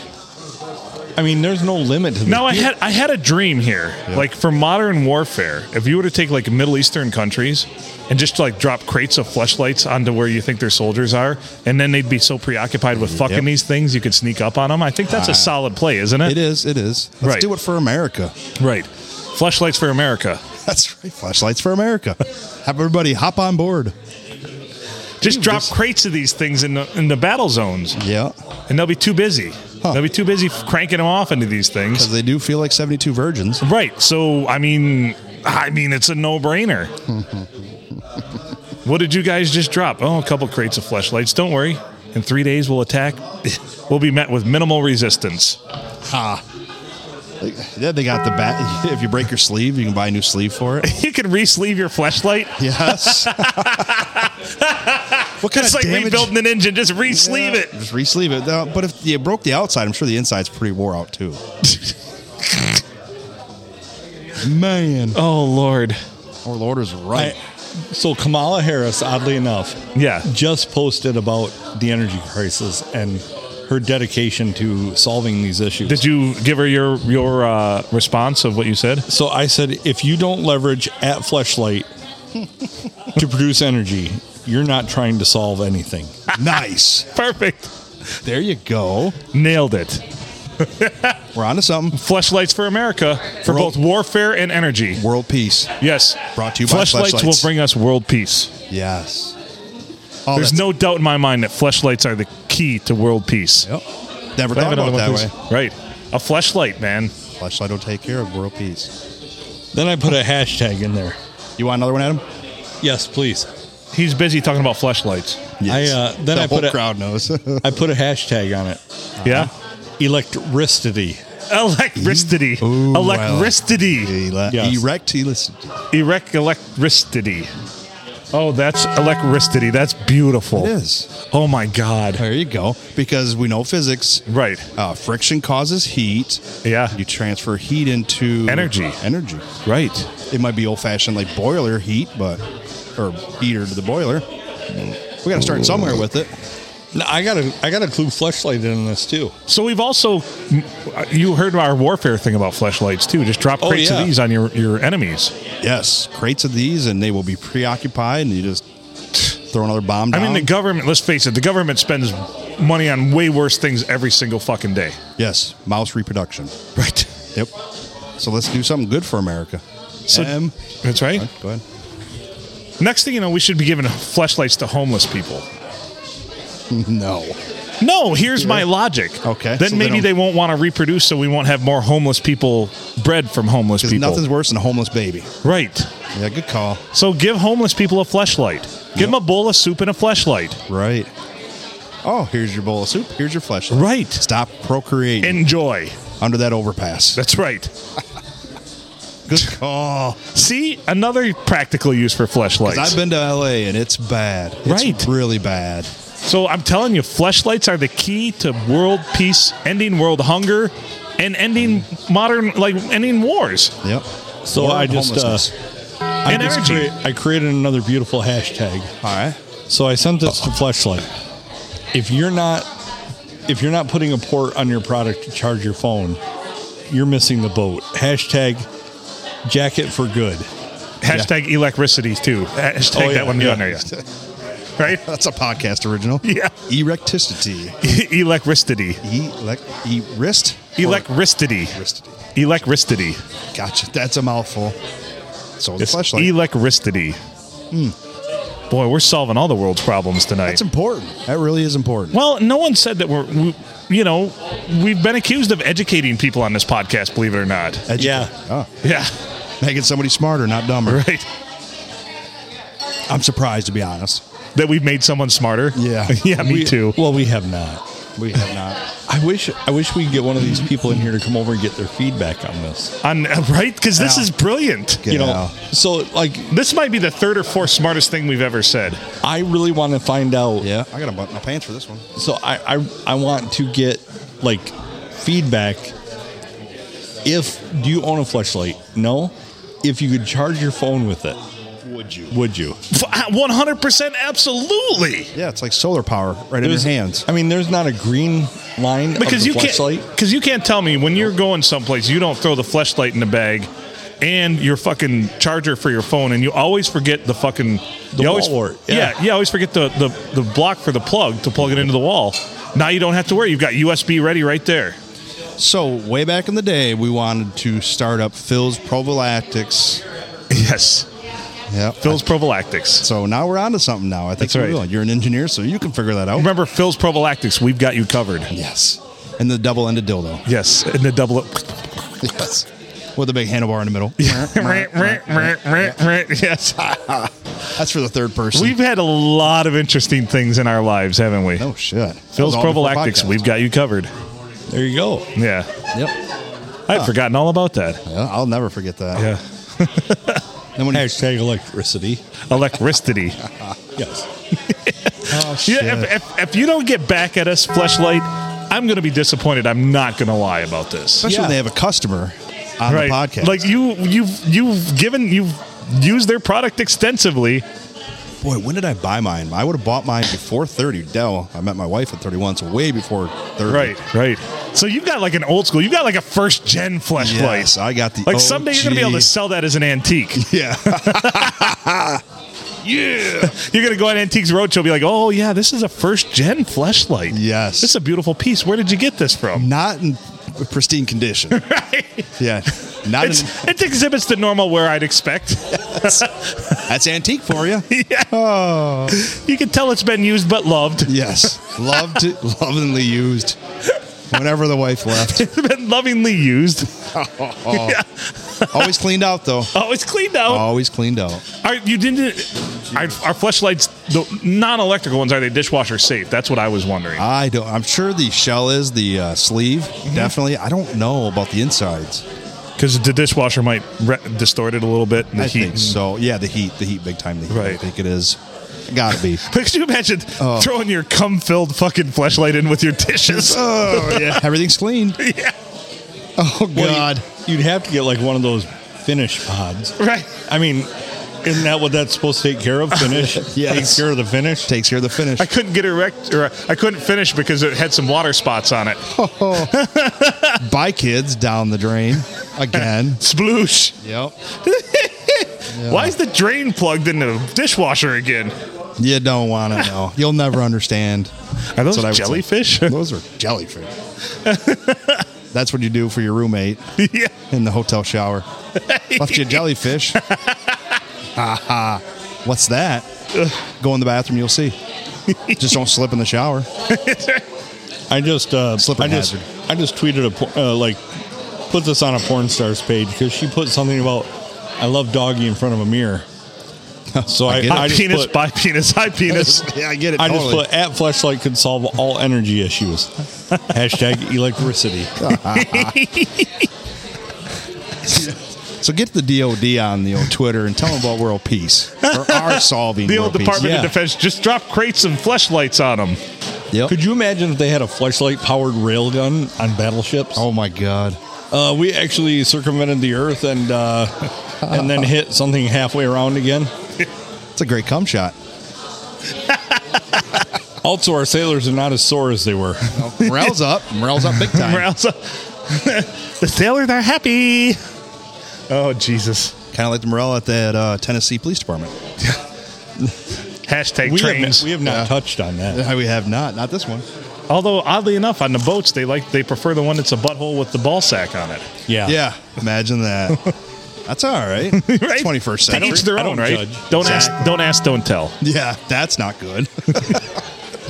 C: I mean, there's no limit to. the-
A: Now I had I had a dream here. Like for modern warfare, if you were to take like Middle Eastern countries and just like drop crates of fleshlights onto where you think their soldiers are, and then they'd be so preoccupied with fucking
B: Yep. Ah.
A: these things you could sneak up on them. I think that's a solid play, isn't it?
B: It is. It is. Let's
A: Right.
B: do it for America.
A: Right. Fleshlights for America.
B: That's right. Flashlights for America. Have everybody hop on board.
A: Just drop
B: this-
A: crates of these things in the in the battle zones,
B: Yeah.
A: and they'll be too busy.
B: Huh.
A: They'll be too busy cranking them off into these things.
B: Because they do feel like 72 virgins.
A: Right. So I mean, I mean, it's a no-brainer. what did you guys just drop? Oh, a couple crates of fleshlights. Don't worry. In three days, we'll attack. we'll be met with minimal resistance.
B: Yeah, they got the bat. If you break your sleeve, you can buy a new sleeve for it.
A: You can re-sleeve your fleshlight.
B: Yes. what kind
A: It's
B: of
A: like
B: damage?
A: rebuilding an engine. Just re-sleeve
B: Yeah,
A: it.
B: Just re-sleeve it. No, but if you broke the outside, I'm sure the inside's pretty wore out too. Man,
A: Oh Lord.
B: our Lord is
C: I-
B: right.
C: so Kamala Harris, oddly enough,
A: Yeah.
C: just posted about the energy crisis and her dedication to solving these issues.
A: Did you give her your your uh, response of what you said?
C: So I said, if you don't leverage at Fleshlight to produce energy, you're not trying to solve anything.
B: nice.
A: Perfect.
B: There you go.
A: Nailed it.
B: We're on to something.
A: Fleshlights for America for
B: World-
A: both warfare and energy.
B: World peace.
A: Yes.
B: Brought to you by
A: fleshlights will
B: fleshlights.
A: bring us world peace.
B: Yes. Oh,
A: There's
B: that's-
A: no doubt in my mind that fleshlights are the key to world peace.
B: Yep. Never
A: Can I
B: thought
A: have
B: about it that
A: another
B: way.
A: one, please? Right. A fleshlight, man.
B: Flashlight will take care of world peace.
C: Then I put a hashtag in there.
B: You want another one, Adam?
C: Yes, please.
A: He's busy talking about fleshlights.
B: Uh-huh.
C: Yes. I, uh, then
B: the
C: I
B: whole
C: put a-
B: crowd knows.
C: I put a hashtag on it.
A: Yeah?
C: Electricity.
A: Electricity.
B: Ooh, I like-
A: electricity.
B: Ele-
C: Yes.
B: Erect elicit.
A: Erect electricity. Oh, that's electricity. That's beautiful.
B: It is.
A: Oh, my God.
B: There you go. Because we know physics.
A: Right.
B: Uh, friction causes heat.
A: Yeah.
B: You transfer heat into
A: Energy.
B: Energy.
A: Right.
B: It might be old fashioned like boiler heat, but or heater to the boiler. We got to start somewhere with it.
C: Now, I gotta I gotta clue Fleshlight in this too.
A: So we've also, you heard our warfare thing about fleshlights, too. Just drop
C: Oh,
A: crates
C: yeah.
A: of these on your, your enemies.
B: Yes, crates of these, and they will be preoccupied, and you just throw another bomb
A: I
B: down.
A: mean, the government, let's face it, the government spends money on way worse things every single fucking day.
B: yes, mouse reproduction.
A: Right.
B: Yep. So let's do something good for America.
A: So-
B: Um,
A: That's right.
B: go ahead.
A: Next thing you know, we should be giving flashlights to homeless people.
B: No.
A: No, here's my logic.
B: Okay,
A: Then
B: so they
A: maybe
B: don't-
A: they, won't want to reproduce, so we won't have more homeless people bred from homeless
B: Because
A: people.
B: nothing's worse than a homeless baby.
A: Right.
B: Yeah, good call.
A: So give homeless people a flashlight. Give them a bowl of soup and a flashlight.
B: Right. Oh, here's your bowl of soup. Here's your flashlight.
A: Right.
B: Stop procreating
A: Enjoy.
B: under that overpass.
A: That's right.
B: Good call.
A: See, another practical use for flashlights.
B: 'Cause I've been to LA and it's bad. It's
A: Right.
B: Really bad.
A: So I'm telling you, fleshlights are the key to world peace, ending world hunger, and ending modern like ending wars.
B: Yep.
C: So
B: Or
C: I just uh,
B: homelessness.
C: I
A: And
C: just
A: energy.
C: crea- I created another beautiful hashtag.
B: All right.
C: So I sent this to Fleshlight. If you're not if you're not putting a port on your product to charge your phone, you're missing the boat. Hashtag jacket for good.
A: Hashtag electricity too. Hashtag
C: Oh, yeah,
A: that one
C: yeah.
A: on there, yeah. right?
B: That's a podcast original.
A: Yeah.
B: Erecticity.
A: electricity,
B: Elect. E- wrist.
A: electricity,
B: Electricity.
A: electricity.
B: Gotcha. That's a mouthful. So the
A: It's
B: flashlight.
A: electricity. Boy, we're solving all the world's problems tonight.
B: That's important. That really is important.
A: Well, no one said that we're, we, you know, we've been accused of educating people on this podcast, believe it or not.
B: Educate.
C: Yeah.
B: Oh,
A: Yeah,
B: making somebody smarter, not dumber.
A: right.
B: I'm surprised, to be honest.
A: That we've made someone smarter.
B: Yeah.
A: yeah, me
C: We-
A: too.
C: Well, we have not.
B: We have not.
C: I wish I wish we could get one of these people in here to come over and get their feedback on this.
A: On uh, right because this
B: Yeah.
A: is brilliant.
B: Get
C: you know,
B: out.
C: so like
A: This might be the third or fourth smartest thing we've ever said.
C: I really want to find out.
B: Yeah, I got to button my pants for this one.
C: So I, I I want to get like feedback. If do you own a flashlight? No. If you could charge your phone with it,
B: Would you?
C: would you?
A: uh, One hundred percent, absolutely.
B: Yeah, it's like solar power right in your
C: There's-
B: hands.
C: I mean, there's not a green line
A: Because you
C: of the flashlight.
A: can't. Because you can't tell me when you're going someplace you don't throw the flashlight in the bag, and your fucking charger for your phone, and you always forget the fucking.
C: The
A: you
C: wall
A: always,
C: wart,
A: Yeah.
C: yeah.
A: yeah, You always forget the, the the block for the plug to plug it into the wall. Now you don't have to worry. You've got USB ready right there.
B: So way back in the day, we wanted to start up Phil's Provolactics.
A: Yes,
B: Yep.
A: Phil's Provolactics.
B: So now we're on to something now. I think
A: That's
B: we
A: right.
B: will. You're an engineer, so you can figure that out.
A: Remember Phil's Provolactics? We've got you covered.
B: Yes. And the double-ended dildo.
A: Yes, and the double.
B: Yes. With a big handlebar in the middle.
A: yes.
B: That's for the third person.
A: We've had a lot of interesting things in our lives, haven't we?
B: oh shit.
A: Phil's
B: That was all before
A: Provolactics,
B: podcast.
A: we've got you covered.
C: There you go.
A: Yeah.
B: Yep.
A: I had forgotten all about that.
B: Yeah, I'll never forget that.
A: Yeah.
B: Then when you-
C: Hashtag electricity.
A: Electricity.
C: Yes.
B: oh, shit.
A: yeah, if, if, if you don't get back at us, Fleshlight, I'm going to be disappointed. I'm not going to lie about this.
B: Especially
C: Yeah.
B: when they have a customer on the podcast.
A: Like you you've you've given you've used their product extensively.
B: boy, when did I buy mine? I would have bought mine before 30. Dell, I met my wife at 31, so way before 30.
A: Right, right. So you've got like an old school. You've got like a first gen flashlight.
B: Yes, I got the
A: Like someday you're gonna be able to
B: OG.
A: sell that as an antique.
B: Yeah.
A: yeah. You're gonna go on Antiques Roadshow, and be like, oh yeah, this is a first gen flashlight.
B: Yes.
A: This is a beautiful piece. Where did you get this from?
B: Not in pristine condition. Yeah. Not in,
A: It's, it exhibits the normal wear I'd expect.
B: that's antique for you.
A: You can tell it's been used but loved.
B: Yes. Loved, lovingly used. Whenever the wife left.
A: It's been lovingly used. Yeah.
B: Always cleaned out, though.
A: Oh, it's cleaned out.
B: Always cleaned out.
A: Are, you didn't. Our, our flashlights, the non-electrical ones, are they dishwasher safe? That's what I was wondering.
B: I don't. I'm sure the shell is the uh, sleeve.
A: Mm-hmm.
B: Definitely. I don't know about the insides.
A: Because the dishwasher might re- distort it a little bit. in The
B: I
A: heat.
B: think so. Yeah, the heat. The heat. Big time. The heat. I
A: Right.
B: think it is. Gotta be.
A: Could you imagine
C: Oh.
A: throwing your cum-filled fucking flashlight in with your dishes?
B: oh yeah. Everything's cleaned.
A: yeah.
B: Oh
C: Well,
B: god.
C: You'd, you'd have to get like one of those finish pods.
A: Right.
C: I mean, isn't that what that's supposed to take care of? Finish.
B: Yes.
C: Takes care of the finish.
B: Takes care of the finish.
A: I couldn't get erect, or I couldn't finish because it had some water spots on it.
B: By kids down the drain again.
A: Sploosh.
B: yep.
A: Why is the drain plugged in the dishwasher again?
B: You don't want to know. You'll never understand.
A: Are those
B: That's what I would say.
A: jellyfish?
B: Those are jellyfish. That's what you do for your roommate
A: yeah.
B: in the hotel shower. Left you a jellyfish. ha ha. What's that? Go in the bathroom, you'll see. Just don't slip in the shower.
C: I just uh,
B: Slip
C: I
B: and
C: just I just tweeted a por- uh, like put this on a porn stars page because she put something about I love doggy in front of a mirror. So I,
B: get it.
C: I,
A: High
C: just
A: penis,
C: put,
A: by penis, high penis.
B: Yeah, I get it.
C: I just
B: totally.
C: put at flashlight could solve all energy issues. Hashtag electricity.
B: so get the DOD on the old Twitter and tell them about world peace or our solving
A: The
B: world
A: old Department
C: yeah.
A: of Defense just dropped crates and fleshlights on them.
B: peace. Yep.
C: Could you imagine if they had a flashlight powered railgun on battleships?
B: oh my god.
C: Uh, we actually circumvented the Earth and uh, and then hit something halfway around again.
B: It's a great cum shot.
C: Also, our sailors are not as sore as they were.
B: Morale's up. Morale's up big time.
A: Morale's up. uh, the sailors are happy. Oh Jesus!
B: Kind of like the morale at that uh, Tennessee Police Department.
A: Hashtag
C: We have,
A: trains.
C: we have not
B: Yeah.
C: touched on that.
B: Uh, We have not. Not this one.
A: Although oddly enough, on the boats they like they prefer the one that's a butthole with the ball sack on it.
C: Yeah.
B: Yeah, imagine that. That's all right.
A: Right?
B: 21st
A: To
B: century.
A: each their
C: I
A: own,
C: don't
A: right?
C: judge.
A: Don't ask, don't ask, don't tell.
B: Yeah, that's not good.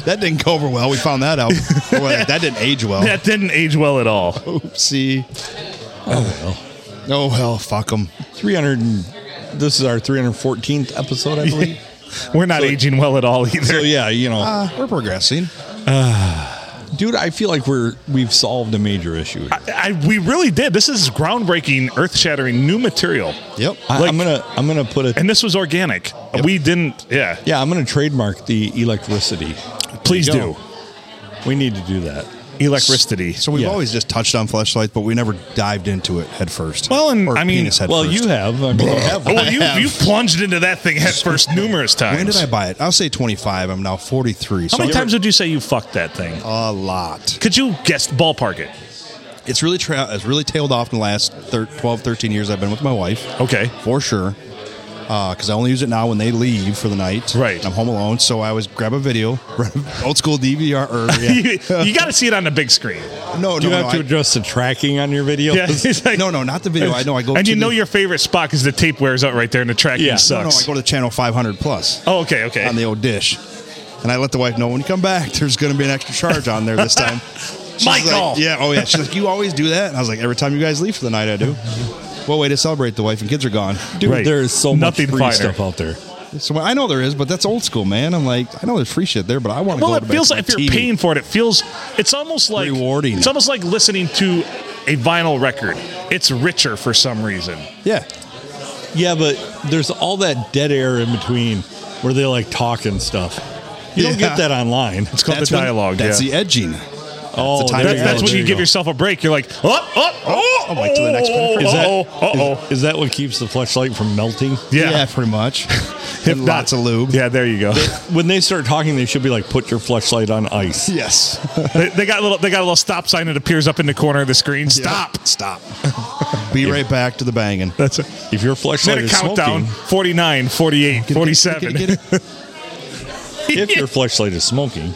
B: that didn't go over well. We found that out. Boy, that didn't age well.
A: That didn't age well at all.
B: Oopsie. Oh well. Oh well. Fuck them.
C: 300. and- This is our 314th episode, I believe.
A: We're not
C: So-
A: aging well at all either.
C: so yeah, you know,
B: Uh, we're progressing.
C: dude, I feel like we're we've solved a major issue. here.
A: I, we really did. This is groundbreaking, earth shattering, new material.
B: Yep.
C: I,
A: like-
C: I'm gonna I'm gonna put it.
A: And this was organic. We didn't, yeah.
C: Yeah, I'm gonna trademark the electricity.
A: Please
B: There you
A: do.
B: go.
C: We need to do that.
A: Electricity.
B: So we've
C: Yeah.
B: always just touched on fleshlights, but we never dived into it head first.
A: Well, and
B: Or
A: I mean-
B: penis head
C: well,
B: first.
C: you have. I mean, you have
A: Oh,
C: one.
A: well, you, you plunged into that thing head first numerous times.
B: When did I buy it? I'll say 25. I'm now 43.
A: How
B: so
A: many
B: I-
A: times would you say you fucked that thing?
B: A lot.
A: Could you guess ballpark it?
B: It's really tra- it's really tailed off in the last thir- 12, 13 years I've been with my wife.
A: Okay.
B: for sure. Because I only use it now when they leave for the night.
A: Right.
B: And I'm home alone, so I always grab a video, old school DVR. Or,
A: you got to see it on the big screen.
B: no, no,
C: Do you
B: no,
C: have to
B: I-
C: adjust the tracking on your video?
A: Yeah, it's like-
B: no, no, not the video. I know I go.
A: and
B: to
A: you know
B: the,
A: your favorite spot because the tape wears out right there and the tracking
C: Yeah. No,
B: No, no, I
A: sucks.
B: go to channel 500 plus
A: oh, okay, okay.
B: on the old dish, and I let the wife know when you come back, there's going to be an extra charge on there this time. She's like,
A: Michael!
B: yeah, oh yeah. She's like, you always do that, and I was like, every time you guys leave for the night, I do. Well, way to celebrate. The wife and kids are gone.
C: Dude,
A: Right.
C: there is so
A: Nothing
C: much free
A: finer.
C: stuff out there.
B: So I know there is, but that's old school, man. I'm like, I know there's free shit there, but I want to
A: well,
B: go.
A: it
B: to
A: feels
B: bed
A: like
B: to
A: if you're
B: my TV.
A: paying for it, it feels it's almost like
B: Rewarding.
A: It's almost like listening to a vinyl record. It's richer for some reason.
B: Yeah,
C: Yeah, but there's all that dead air in between where they like talk and stuff. You don't
B: Yeah.
C: get that online.
A: It's called
B: That's
A: the
B: when-
A: dialogue.
B: that's
A: yeah.
B: the edging.
C: oh,
B: the
A: That-
B: time
C: there
B: to
A: that's
C: go,
A: when
C: there
A: you give
C: go.
A: yourself a break. You're like, oh, oh, oh,
B: I'm like to the next
A: oh,
B: one.
C: Is that,
A: oh, oh, oh.
C: is- is that what keeps the flashlight from melting?
A: Yeah.
B: pretty much.
A: If
B: And
A: not-
B: lots of lube.
A: Yeah, there you go.
C: When they start talking, they should be like, "Put your flashlight on ice."
B: Yes.
A: they, they got a little. They got a little stop sign that appears up in the corner of the screen. Stop.
B: Stop. Be right back to the banging.
A: That's it.
C: If your flashlight
A: Made a
C: is
A: countdown:
C: smoking,
A: 49, 48, 47.
B: Get it?
C: if your flashlight is smoking,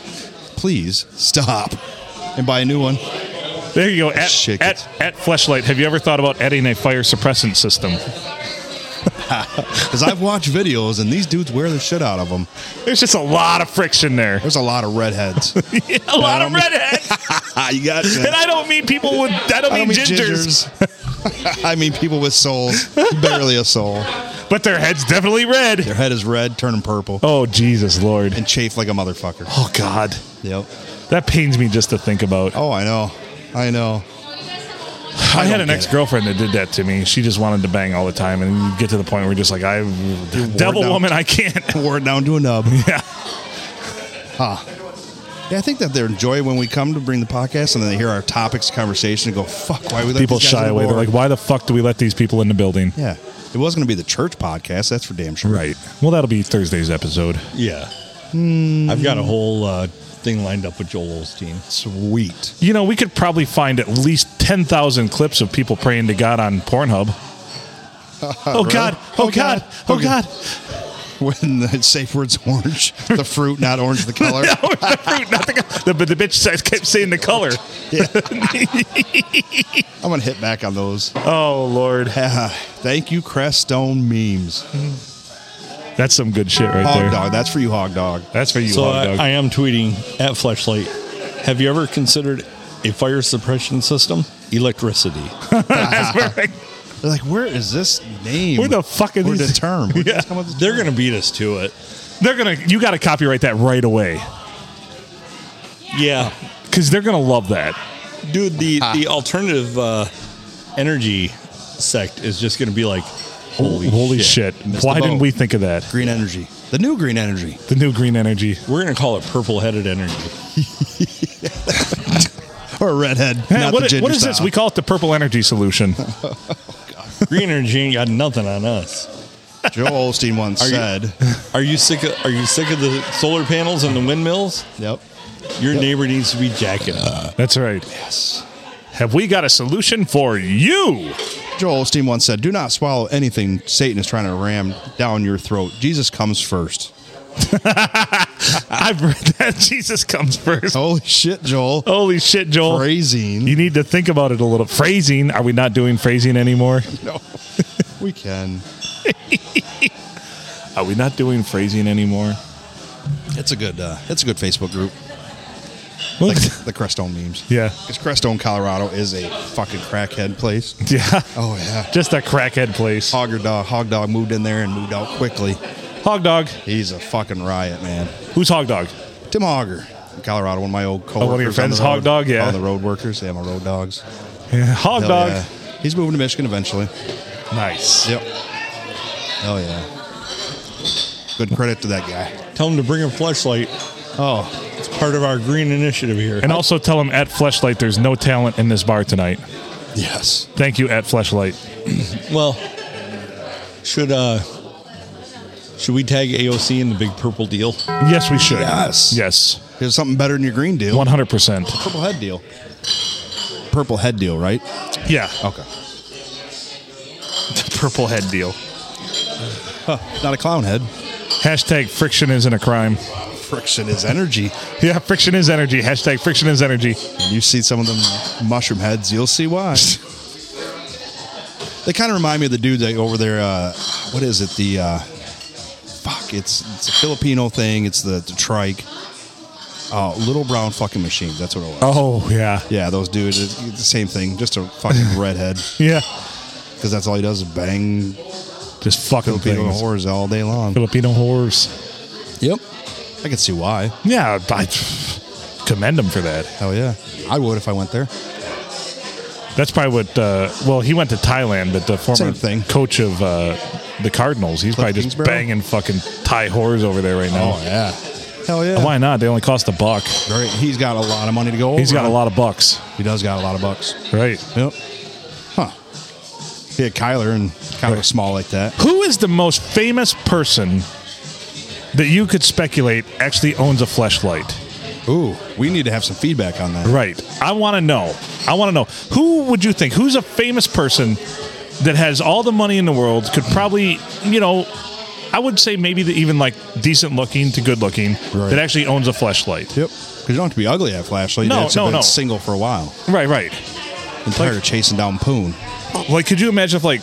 B: Please stop and buy a new one.
A: There you go. At,
B: Shake
A: at, at Fleshlight, have you ever thought about adding a fire suppressant system?
B: Because I've watched videos and these dudes wear the shit out of them.
A: There's just a lot of friction there.
B: There's a lot of redheads.
A: a lot of redheads.
B: you got
A: and I don't mean people with, I don't mean, gingers,
B: I mean people with souls. Barely a soul.
A: but their head's definitely red.
B: Their head is red, turning purple,
A: Oh, Jesus, Lord.
B: and chafe like a motherfucker.
A: Oh, God.
B: Yep.
A: That pains me just to think about.
B: Oh, I know. I know.
A: I, had
B: don't
A: an
B: get
A: ex girlfriend that did that to me. She just wanted to bang all the time. And you get to the point where you're just like, I, devil
B: down.
A: woman, I can't.
B: Wore it down to a nub.
A: yeah.
B: Yeah, I think that they enjoy when we come to bring the podcast and then they hear our topics of conversation and go, fuck, why we let
A: People
B: these guys
A: shy
B: on the
A: away. They're
B: board?"
A: like, why the fuck do we let these people in the building?
B: yeah. It was going to be the church podcast. That's for damn sure.
A: Right. Well, that'll be Thursday's episode.
C: yeah,
A: Hmm.
C: I've got a whole uh, thing lined up with Joel Osteen.
B: Sweet.
A: You know, we could probably find at least 10,000 clips of people praying to God on Pornhub. oh, God. Oh,
B: Oh,
A: God.
B: God.
A: Oh,
B: Okay.
A: God.
B: When the safe word's orange, the fruit, not orange, the color.
A: No, the fruit, not the, co- the, the bitch says- kept saying the color.
B: I'm going to hit back on those. Uh,
A: Oh, Lord.
B: Thank you, Crestone memes.
A: That's some good shit right
B: Hog
A: there.
B: dog. That's for you, hog dog.
A: That's for you,
C: So
A: hog
C: I,
A: dog.
C: I am tweeting at Fleshlight. Have you ever considered a fire suppression system? Electricity.
A: That's perfect.
B: They're like, where is this name?
A: Where the fuck are
B: Where
A: these-
B: the term? Where did
A: Yeah.
B: this come up with this
C: They're
B: term?
C: going to beat us to it.
A: They're going to, you got to copyright that right away
C: Yeah,
A: because they're going to love that.
C: dude. The the alternative uh, energy sect is just going to be like, holy,
A: Holy
C: shit.
A: shit.
B: Missed
A: Why
B: the
A: didn't
B: boat.
A: we think of that?
B: green energy. The new green energy.
A: The new green energy.
C: We're going to call it purple headed energy.
B: Or redhead.
A: Hey,
B: not
A: what
B: the
A: i-
B: ginger
A: what is this?
B: style.
A: We call it the purple energy solution.
C: Green energy ain't got nothing on us.
B: Joel Olstein once
C: you-
B: said.
C: Are you sick of Are you sick of the solar panels and the windmills?
B: Yep.
C: Your neighbor needs to be jacking up.
A: That's right.
B: Yes.
A: Have we got a solution for you?
B: Joel Osteen once said, "Do not swallow anything Satan is trying to ram down your throat. Jesus comes first.
A: I've read that Jesus comes first.
B: Holy shit, Joel!
A: Holy shit, Joel.
B: Phrasing.
A: Oh. You need to think about it a little. Phrasing. Are we not doing phrasing anymore?
B: No, we can.
A: Are we not doing phrasing anymore?
B: It's a good. Uh, it's a good Facebook group.
A: Look-
B: Like the Crestone memes.
A: yeah.
B: Because Crestone, Colorado, is a fucking crackhead place.
A: Yeah.
B: Oh yeah.
A: Just a crackhead place.
B: Hog or dog. Hog dog moved in there and moved out quickly.
A: Hog dog.
B: He's a fucking riot, man.
A: Who's hog dog?
B: Tim Hogger. Colorado, one of my old coworkers.
A: Oh, one of your
B: on the
A: friends, Hog
B: road-
A: Dog? Yeah.
B: On the road workers. Yeah, my road dogs.
A: Yeah, hog
B: Hell
A: dog.
B: yeah. He's moving to Michigan eventually.
A: Nice.
B: Yep. Oh, yeah. Good credit to that guy.
C: Tell them to bring a flashlight.
B: Oh,
C: It's part of our green initiative here.
A: And also tell them at Fleshlight there's no talent in this bar tonight.
B: yes.
A: Thank you at Fleshlight.
C: Well, should uh, should we tag AOC in the big purple deal?
A: Yes, we should.
B: Yes.
A: Yes.
B: There's something better than your green deal.
A: 100%.
B: Purple head deal. Purple head deal, right?
A: Yeah.
B: Okay.
A: Oh, Purple head deal.
B: Not a clown head.
A: Hashtag friction isn't a crime.
B: Friction is energy.
A: Yeah, friction is energy. Hashtag friction is energy.
B: You see some of them mushroom heads, you'll see why. they kind of remind me of the dude that over there. Uh, what is it? The uh, fuck. It's it's a Filipino thing. It's the, the trike. Oh, little brown fucking machine. That's what it was.
A: Oh, yeah.
B: Yeah, those dudes. It's the same thing. Just a fucking redhead
A: Yeah.
B: because that's all he does is bang
A: Just fucking
B: Filipino
A: things.
B: whores all day long.
A: Filipino whores.
B: Yep. I can see why.
A: Yeah, I commend him for that.
B: Hell yeah. I would if I went there.
A: That's probably what. Uh, well, he went to Thailand, but the former
B: Same thing.
A: coach of uh, the Cardinals, he's probably just
B: Kingsbury?
A: banging fucking Thai whores over there right now.
B: Oh, yeah. Hell yeah. Oh,
A: Why not? They only cost a buck.
B: Very- He's got a lot of money to go over.
A: He's got a lot of bucks,
B: He does got a lot of bucks.
A: right?
B: Yep. Huh. He had Kyler and kind of a small like that.
A: Who is the most famous person that you could speculate actually owns a fleshlight?
B: Ooh, we need to have some feedback on that.
A: Right. I want to know. I want to know. Who would you think? Who's a famous person that has all the money in the world? Could probably, you know, I would say maybe the, even like decent looking to good looking
B: Right.
A: that actually owns a fleshlight.
B: Yep. Because you don't have to be ugly at flashlight.
A: No,
B: it's
A: no,
B: been
A: no.
B: single for a while.
A: Right. Right.
B: I'm tired of chasing down Poon.
A: Like, could you imagine if like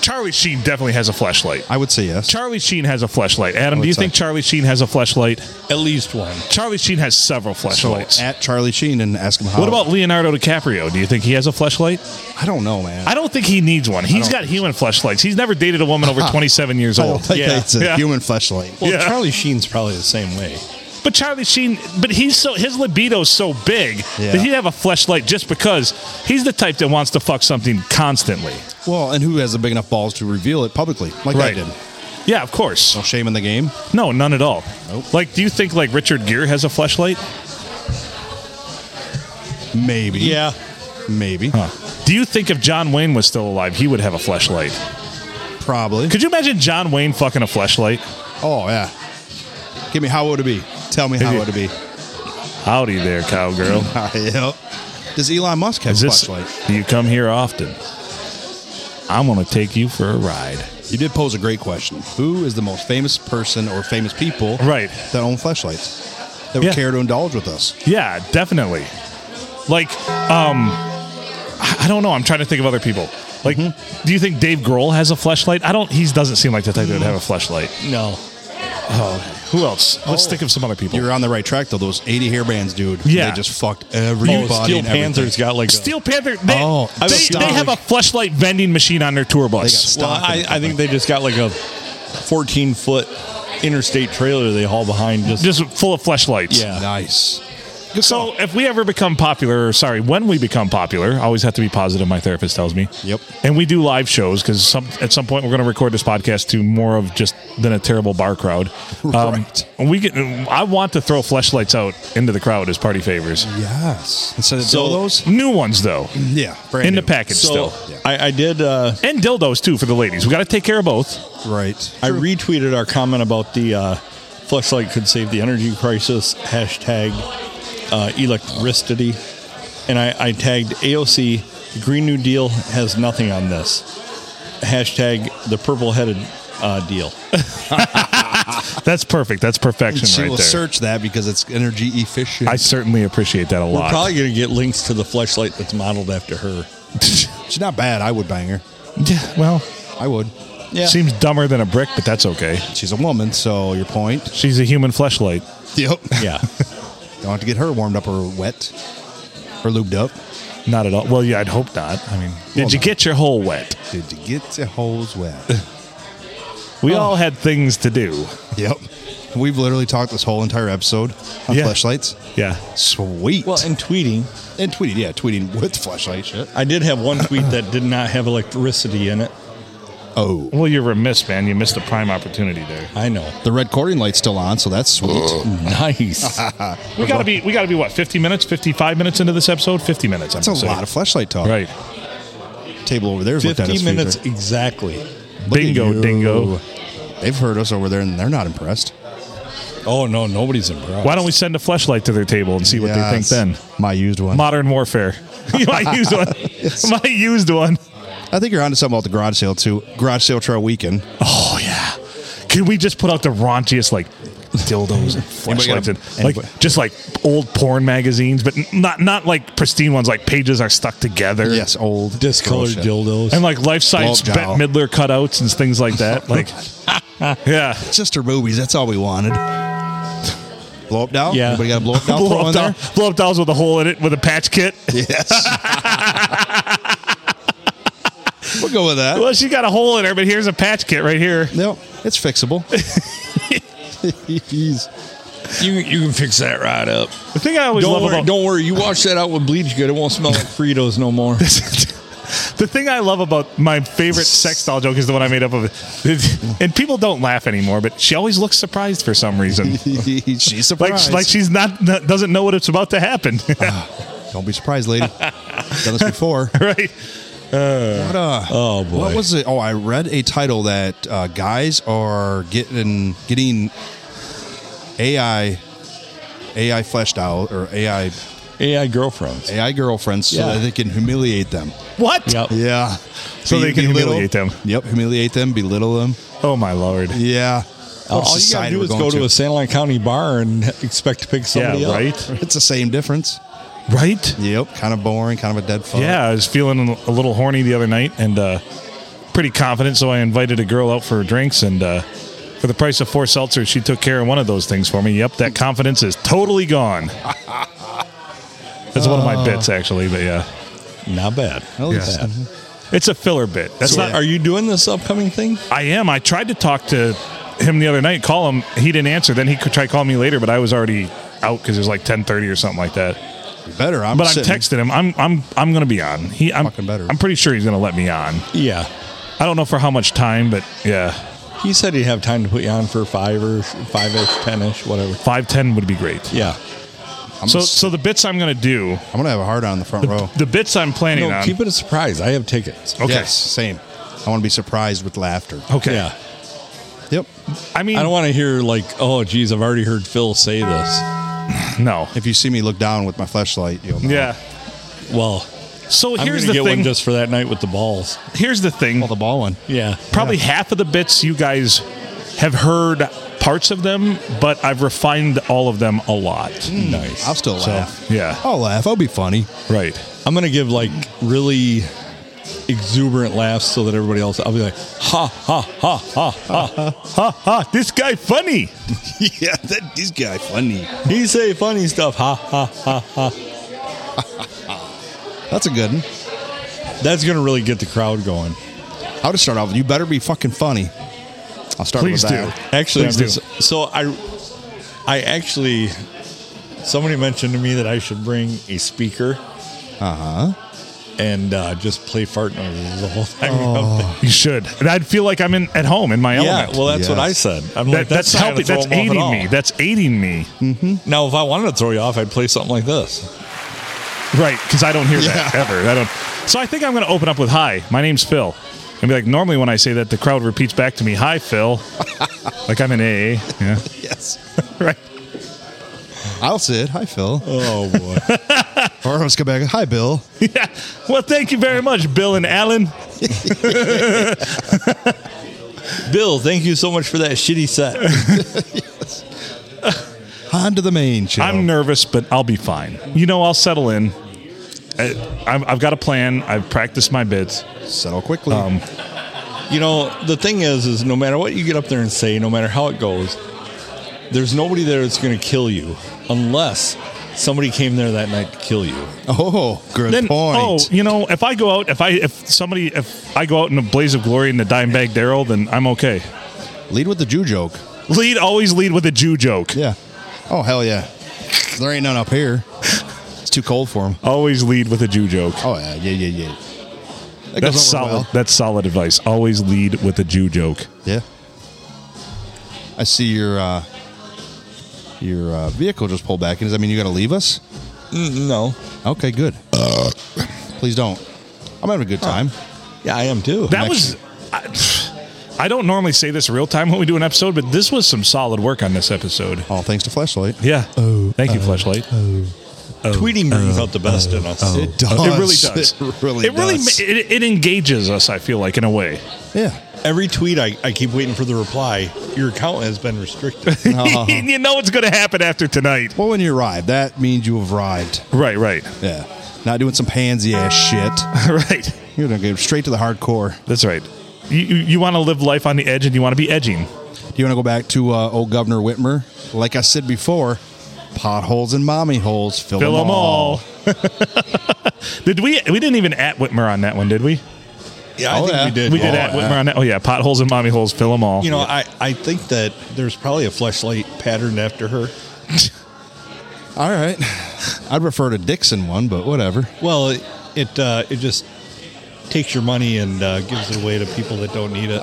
A: Charlie Sheen definitely has a fleshlight?
B: I would say yes.
A: Charlie Sheen has a fleshlight. Adam,
B: I
A: do you
B: would say.
A: think Charlie Sheen has a fleshlight?
C: At least one.
A: Charlie Sheen has several fleshlights.
B: At Charlie Sheen and ask him how.
A: What about Leonardo DiCaprio? Do you think he has a fleshlight?
B: I don't know, man.
A: I don't think he needs one. He's got human fleshlights. He's never dated a woman over 27 years
B: I
A: old.
B: don't think
C: Yeah.
B: it's a
A: Yeah.
B: human fleshlight.
C: Well,
A: Yeah.
C: Charlie Sheen's probably the same way.
A: But Charlie Sheen, but he's so his libido's so big
B: Yeah.
A: that he'd have a fleshlight just because he's the type that wants to fuck something constantly.
B: Well, and who has the big enough balls to reveal it publicly? Like
A: Right.
B: I did.
A: Yeah, of course.
B: No shame in the game.
A: No, none at all.
B: Nope.
A: Like, do you think like Richard Gere has a fleshlight?
B: Maybe.
C: Yeah.
B: Maybe.
A: Do you think if John Wayne was still alive, he would have a fleshlight?
B: Probably.
A: Could you imagine John Wayne fucking a fleshlight?
B: Oh yeah. Give me how would it be? Tell me how
A: you-
B: would it be? Ah,
A: Howdy there, cowgirl.
B: yep. Does Elon Musk have
A: Is this?
B: flashlight?
A: Do you come here often? I'm gonna take you for a ride.
B: You did pose a great question. Who is the most famous person or famous people
A: Right.
B: that own flashlights that would
A: Yeah.
B: care to indulge with us?
A: Yeah, definitely. Like, um, I I don't know. I'm trying to think of other people. Like, do you think Dave Grohl has a flashlight? I don't. He doesn't seem like the type that would have a flashlight.
C: No.
A: Who else? Let's think of some other people.
B: You're on the right track though. Those 80 hairbands, dude.
A: Yeah.
B: They just fucked everybody.
C: oh, Steel
B: and everything.
C: Panther's got like. a-
A: Steel Panther. They,
B: Oh, I
A: they,
B: was
A: they have a flashlight vending machine on their tour bus.
B: They
C: well,
B: stock in
C: I,
B: the
C: I think they just got like a 14 foot interstate trailer they haul behind. Just,
A: Just full of flashlights.
C: yeah.
B: Nice.
A: So if we ever become popular, or sorry, when we become popular, I always have to be positive. My therapist tells me.
B: Yep.
A: And we do live shows because some at some point we're going to record this podcast to more of just than a terrible bar crowd. Um,
B: Right.
A: and we get. I want to throw fleshlights out into the crowd as party favors.
B: Yes. Instead of
C: So-
B: dildos?
A: New ones though,
B: Yeah.
A: in the
B: new.
A: package
C: So
A: still,
C: I, I did. Uh,
A: and dildos too for the ladies. We got to take care of both.
B: Right.
C: I retweeted our comment about the uh, flashlight could save the energy crisis hashtag uh, electricity, and I, I tagged AOC. The Green New Deal has nothing on this hashtag. The purple headed uh, deal.
A: That's perfect. That's perfection
B: She
A: right
B: will
A: there.
B: search that because it's energy efficient.
A: I certainly appreciate that a
C: We're
A: lot.
C: probably gonna get links to the flashlight that's modeled after her.
B: She's not bad. I would bang her.
A: Yeah, well,
B: I would.
C: Yeah.
A: seems dumber than a brick, but that's okay.
B: She's a woman, so your point.
A: She's a human fleshlight.
B: Yep.
C: yeah.
B: Don't have to get her warmed up or wet or lubed up.
A: Not at all. Well, yeah, I'd hope not. I mean, did
B: Well,
A: you
B: no.
A: get your hole wet?
B: Did you get the hose wet? Oh.
A: We all had things to do.
B: yep. We've literally talked this whole entire episode on
A: Yeah.
B: flashlights.
A: Yeah.
B: Sweet.
C: Well, and tweeting,
B: and tweeted, yeah, tweeting with flashlight shit.
C: I did have one tweet that did not have electricity in it.
B: Oh,
A: Well, you're remiss, man. You missed the prime opportunity there.
C: I know.
B: the red cording light's still on, so that's sweet.
C: Nice.
A: We gotta be. We gotta be what? Fifty minutes? Fifty-five minutes into this episode? Fifty minutes. I'm
B: That's a
A: gonna say.
B: lot of flashlight talk.
A: Right.
B: Table over there.
C: 50 minutes exactly.
A: Bingo, dingo.
B: They've heard us over there, and they're not impressed.
C: Oh, no, nobody's impressed.
A: Why don't we send a flashlight to their table and see what they think
B: Yes.
A: then?
B: My used one.
A: Modern warfare. My used one. My used one.
B: I think you're onto something about the garage sale too. Garage sale trail weekend.
A: Oh yeah. Can we just put out the raunchiest like dildos and flashlights and like
B: anybody-
A: just like old porn magazines, but n- not not like pristine ones. Like pages are stuck together.
B: Yes, old
C: Discolored
B: bullshit.
C: dildos.
A: And like life size
B: Blow
A: Bette
B: job.
A: Midler cutouts and things like that. Like, yeah.
B: Sister boobies. That's all we wanted. Blow up doll.
C: Yeah.
B: Anybody got a blow up doll?
A: Blow
B: throw
A: up,
B: in
A: doll, blow up dolls with a hole in it with a patch kit.
B: there? Yes. we'll go with that.
A: Well, she got a hole in her, but here's a patch kit right here.
B: No, it's fixable. Jeez.
C: you, you can fix that right up.
A: The thing I always
C: Don't
A: love
C: worry,
A: about
C: don't worry. You wash that out with bleach good. It won't smell like Fritos no more.
A: the thing I love about my favorite sex doll joke is the one I made up of it. And people don't laugh anymore, but she always looks surprised for some reason.
B: She's
A: Like,
B: surprised.
A: like she's not, not- doesn't know what it's about to happen,
B: Don't be surprised, lady. Done this before.
A: right?
B: What, uh,
C: Oh, boy.
B: What was it? Oh, I read a title that uh, guys are getting getting AI AI fleshed out or AI
C: AI girlfriends.
B: AI girlfriends so
C: Yeah.
B: that they can humiliate them.
A: What?
C: Yep.
B: Yeah.
A: So they can humiliate them.
B: Yep, humiliate them, belittle them.
A: Oh my lord!
B: Yeah.
C: All
B: What a
C: all you gotta
B: society
C: do
B: we're
C: is go
B: going
C: to, a San Line County bar and expect to pick somebody
A: yeah,
C: up.
A: right,
B: It's the same difference.
A: right.
B: Yep, kind of boring, kind of a dead fuck.
A: Yeah, I was feeling a little horny the other night and uh, pretty confident, so I invited a girl out for drinks and. Uh, for the price of four seltzers, she took care of one of those things for me. Yep, that confidence is totally gone. That's one of
B: Oh.
A: my bits, actually, but yeah.
C: Not bad.
B: Well,
C: Not
B: it's-
C: bad.
A: It's a filler bit. That's
C: So
A: not.
C: Are you doing this upcoming thing?
A: I am. I tried to talk to him the other night, call him. He didn't answer. Then he could try calling me later, but I was already out because it was like ten thirty or something like that.
B: Better. I'm
A: But I'm
B: sitting.
A: texting him. I'm I'm I'm going to be on. He I'm
B: Fucking better.
A: I'm pretty sure he's going to let me on.
C: Yeah.
A: I don't know for how much time, but yeah,
C: He said he'd have time to put you on for five or five ish, ten ish, whatever.
A: five ten would be great.
C: Yeah.
B: I'm,
A: So
B: just-
A: so the bits I'm going to do,
B: I'm gonna have a hard on in the front row.
A: the bits I'm planning
C: No,
A: on.
C: keep it a surprise. I have tickets.
A: okay. Oh.
B: Yes, same. I want to be surprised with laughter.
A: Okay.
C: Yeah.
B: Yep.
A: I mean,
C: I don't want to hear like, oh, geez, I've already heard Phil say this.
A: no.
B: If you see me look down with my flashlight, you'll know.
A: Yeah.
C: Well,
A: So
C: I'm
A: here's
C: gonna
A: the
C: get
A: thing.
C: one just for that night with the balls.
A: here's the thing.
B: the ball one.
C: Yeah.
A: probably half of the bits you guys have heard parts of them, but I've refined all of them a lot.
C: Mm. Nice.
B: I'll still
A: So,
B: laugh.
A: yeah.
B: I'll laugh. I'll be funny.
A: Right.
C: I'm gonna give like really exuberant laughs so that everybody else. I'll be like, ha ha ha ha ha.
A: Ha ha! This guy funny.
B: yeah, that this guy funny.
C: he say funny stuff. Ha ha ha ha.
B: That's a good one.
C: That's gonna really get the crowd going.
B: I'll just start off with you better be fucking funny. I'll start
A: Please
B: with
A: do.
B: that.
C: Actually, I'm
A: Please do.
C: just, so I, I actually, somebody mentioned to me that I should bring a speaker. Uh-huh. And, uh just play fart noises the whole time.
A: Oh.
C: I'm thinking-
A: You should. And I'd feel like I'm in at home in my
C: Oh. Yeah,
A: element.
C: well, that's what I
B: Yes.
C: said. I'm like,
A: That- that's
C: not gonna
A: helping.
C: throw
A: That's
C: them off at
A: aiding
C: all.
A: me. That's aiding me.
C: Now, if I wanted to throw you off, I'd play something like this.
A: Right, because I don't hear that ever. I don't. So I think I'm going to open up with "Hi, my name's Phil," and be like, normally when I say that, the crowd repeats back to me, "Hi, Phil," like I'm in AA. Yeah.
B: Yes.
A: Right.
B: I'll sit. Hi, Phil.
C: Oh boy!
B: Or I'll just come back. Hi, Bill.
A: Yeah. Well, thank you very much, Bill and Alan.
C: Bill, thank you so much for that shitty set.
B: On to the main show.
A: I'm nervous, but I'll be fine. You know, I'll settle in. I, I've, I've got a plan. I've practiced my bits.
B: Settle quickly.
A: Um,
C: You know, the thing is, is no matter what you get up there and say, no matter how it goes, there's nobody there that's going to kill you unless somebody came there that night to kill you.
B: oh, good
A: Then,
B: point.
A: oh, you know, if I go out, if I, if somebody, if I go out in a blaze of glory in the dime bag Daryl, then I'm okay.
B: Lead with the Jew joke.
A: Lead always lead with a Jew joke.
B: Yeah. Oh hell yeah. There ain't none up here. It's too cold for them.
A: Always lead with a Jew joke.
B: Oh yeah, yeah, yeah, yeah.
A: That's
B: That goes over
A: solid.
B: well.
A: That's solid advice. Always lead with a Jew joke.
B: Yeah. I see your uh, your uh, vehicle just pulled back in. Does that mean you got to leave us?
C: Mm, No.
B: Okay, good. Please don't. I'm having a good time.
C: Yeah, I am too.
A: That was. I, I don't normally say this real time when we do an episode, but this was some solid work on this episode.
B: All thanks to Flashlight.
A: Yeah. Oh, Thank
B: uh,
A: you, Fleshlight.
C: tweeting brings out the best in us.
B: Oh. It does.
A: It really does.
B: It really
A: It really
B: does.
A: ma- it, it engages us. I feel like in a way.
B: yeah.
C: Every tweet, I, I keep waiting for the reply. Your account has been restricted.
A: you know what's going to happen after tonight.
B: Well, when you arrive, that means you have arrived.
A: Right. Right.
B: Yeah. Not doing some pansy ass shit.
A: right.
B: You're going to go straight to the hardcore.
A: That's right. You you, you want to live life on the edge, and you want to be edging.
B: Do you want to go back to uh, old Governor Whitmer? Like I said before, potholes and mommy holes, fill,
A: Fill
B: them,
A: them
B: all.
A: all. did we? We didn't even at Whitmer on that one, did we?
C: Yeah, I
B: Oh,
C: think
B: yeah.
C: we did.
A: We did
C: Oh,
A: at
B: Uh,
A: Whitmer on that. Oh yeah, potholes and mommy holes. Fill them all.
C: You know, I, I think that there's probably a flashlight pattern after her.
B: All right. I'd refer to Dixon one, but whatever.
C: Well, it it, uh, it just takes your money and uh, gives it away to people that don't need it.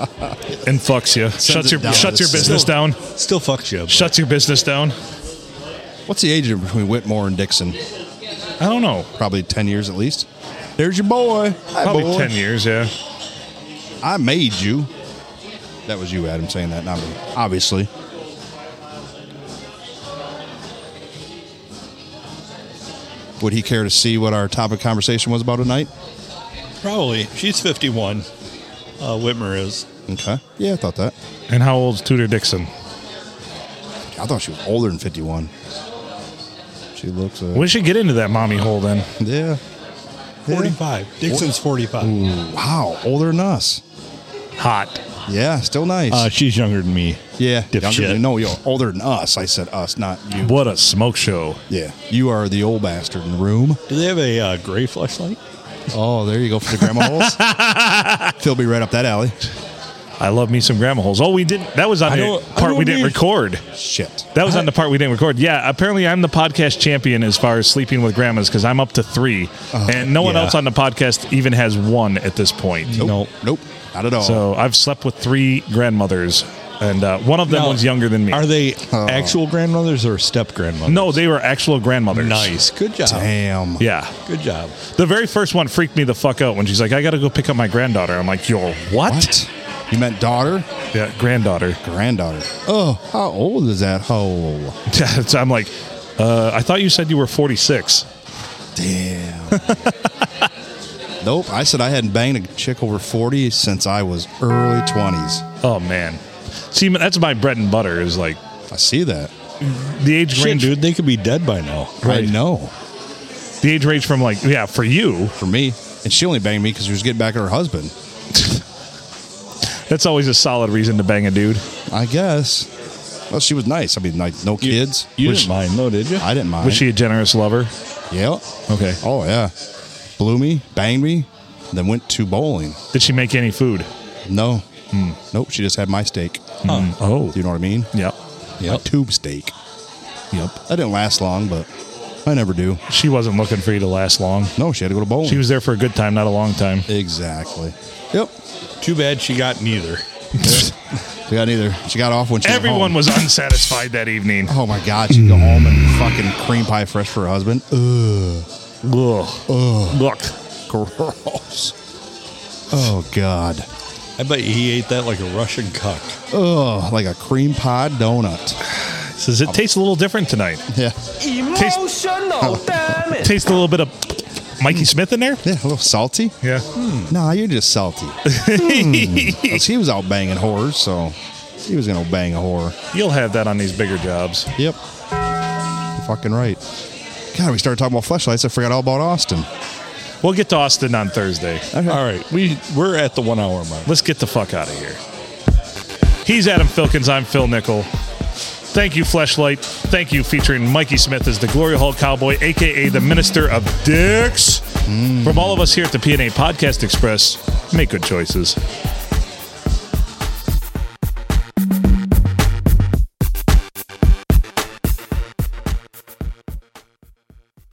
A: and fucks you. Shuts
B: it
A: your
B: down.
A: shuts your
B: It's
A: business
C: still-
A: down.
C: Still fucks you. but-
A: Shuts your business down.
B: What's the age difference between Whitmore and Dixon?
A: I don't know.
B: Probably 10 years at least. There's your boy. Hi,
A: Probably
B: boy.
A: ten years. Yeah.
B: I made you. That was you, Adam, saying that, not me. Obviously. Would he care to see what our topic conversation was about tonight?
C: Probably. She's 51. Uh, Whitmer is.
B: Okay. Yeah, I thought that.
A: And how old's Tudor Dixon?
B: I thought she was older than 51. She looks. Uh,
A: We should get into that mommy hole then.
B: yeah.
C: 45. Dixon's 45.
B: Wow. Older than us.
A: Hot.
B: Yeah. Still nice.
C: Uh, she's younger than me.
B: yeah.
C: dipshit.
B: Younger than, no, you're older than us. I said us, not you.
A: What a smoke show.
B: Yeah. You are the old bastard in the room.
C: Do they have a uh, gray flashlight?
B: Oh, there you go for the grandma holes. They'll be right up that alley.
A: I love me some grandma holes. Oh, we didn't. That was on
C: I
A: the
C: don't- I
A: part we
C: don't
A: didn't
C: mean-
A: record.
B: Shit.
A: That was on the part we didn't record. Yeah, apparently I'm the podcast champion as far as sleeping with grandmas because I'm up to three, and no one
C: Uh-huh. yeah.
A: else on the podcast even has one at this point.
B: Nope. Nope. Not at all.
A: So I've slept with three grandmothers, and uh, one of them
C: Now,
A: was younger than me.
C: Are they actual grandmothers or step grandmothers?
A: no, they were actual grandmothers.
C: Nice. Good job.
B: Damn.
A: Yeah.
C: Good job.
A: The very first one freaked me the fuck out when she's like, I got to go pick up my granddaughter. I'm like, Yo, what?
B: What? You meant daughter?
A: Yeah, granddaughter.
B: Granddaughter. Oh, how old is that hole?
A: so I'm like, uh, I thought you said you were 46.
B: Damn. nope. I said I hadn't banged a chick over 40 since I was early 20s.
A: Oh, man. See, that's my bread and butter is like
B: I see that.
A: the age
C: Shit,
A: range.
C: dude, they could be dead by now.
A: Right.
B: I know.
A: The age range from like, yeah, for you,
B: For me. And she only banged me because she was getting back at her husband.
A: that's always a solid reason to bang a dude.
B: I guess. Well, she was nice. I mean, like, no kids.
C: You
B: Which
C: didn't mind, though, did you?
B: I didn't mind.
A: Was she a generous lover?
B: Yeah.
A: Okay.
B: Oh yeah, blew me, banged me, then went to bowling.
A: Did she make any food?
B: No,
A: Hmm.
B: nope. She just had my steak.
A: Mm. Oh.
B: Do you know what I mean?
A: Yep.
B: Yeah, tube steak. Yep. That didn't last long, but I never do.
A: She wasn't looking for you to last long.
B: No, she had to go to bowling.
A: She was there for a good time, not a long time.
B: exactly. Yep.
C: Too bad she got neither.
B: She got neither. She got off when she.
A: Everyone
B: went
A: was unsatisfied that evening.
B: home. Oh my God! She go home and fucking cream pie fresh for her husband. Ugh,
A: Ugh. Look.
B: gross. Oh God.
C: I bet he ate that like a Russian cuck.
B: Ugh, like a cream pie donut.
A: Says it tastes a little different tonight.
B: Yeah.
E: Emotional, damn it.
A: Tastes a little bit of Mikey Smith in there. Hmm.
B: Yeah, a little salty.
A: Yeah.
B: Nah, you're just salty. Because he was out banging whores, so he was gonna bang a whore.
A: You'll have that on these bigger jobs.
B: Yep. Fucking right. God, we started talking about flashlights. I forgot all about Austin.
A: We'll get to Austin on Thursday.
C: All right, we we're at the one hour mark.
A: Let's get the fuck out of here. He's Adam Filkins. I'm Phil Nickel. Thank you, Fleshlight. Thank you, featuring Mikey Smith as the Glory Hall Cowboy, aka the Minister of Mm. Dicks. From all of us here at the PNA Podcast Express, make good choices.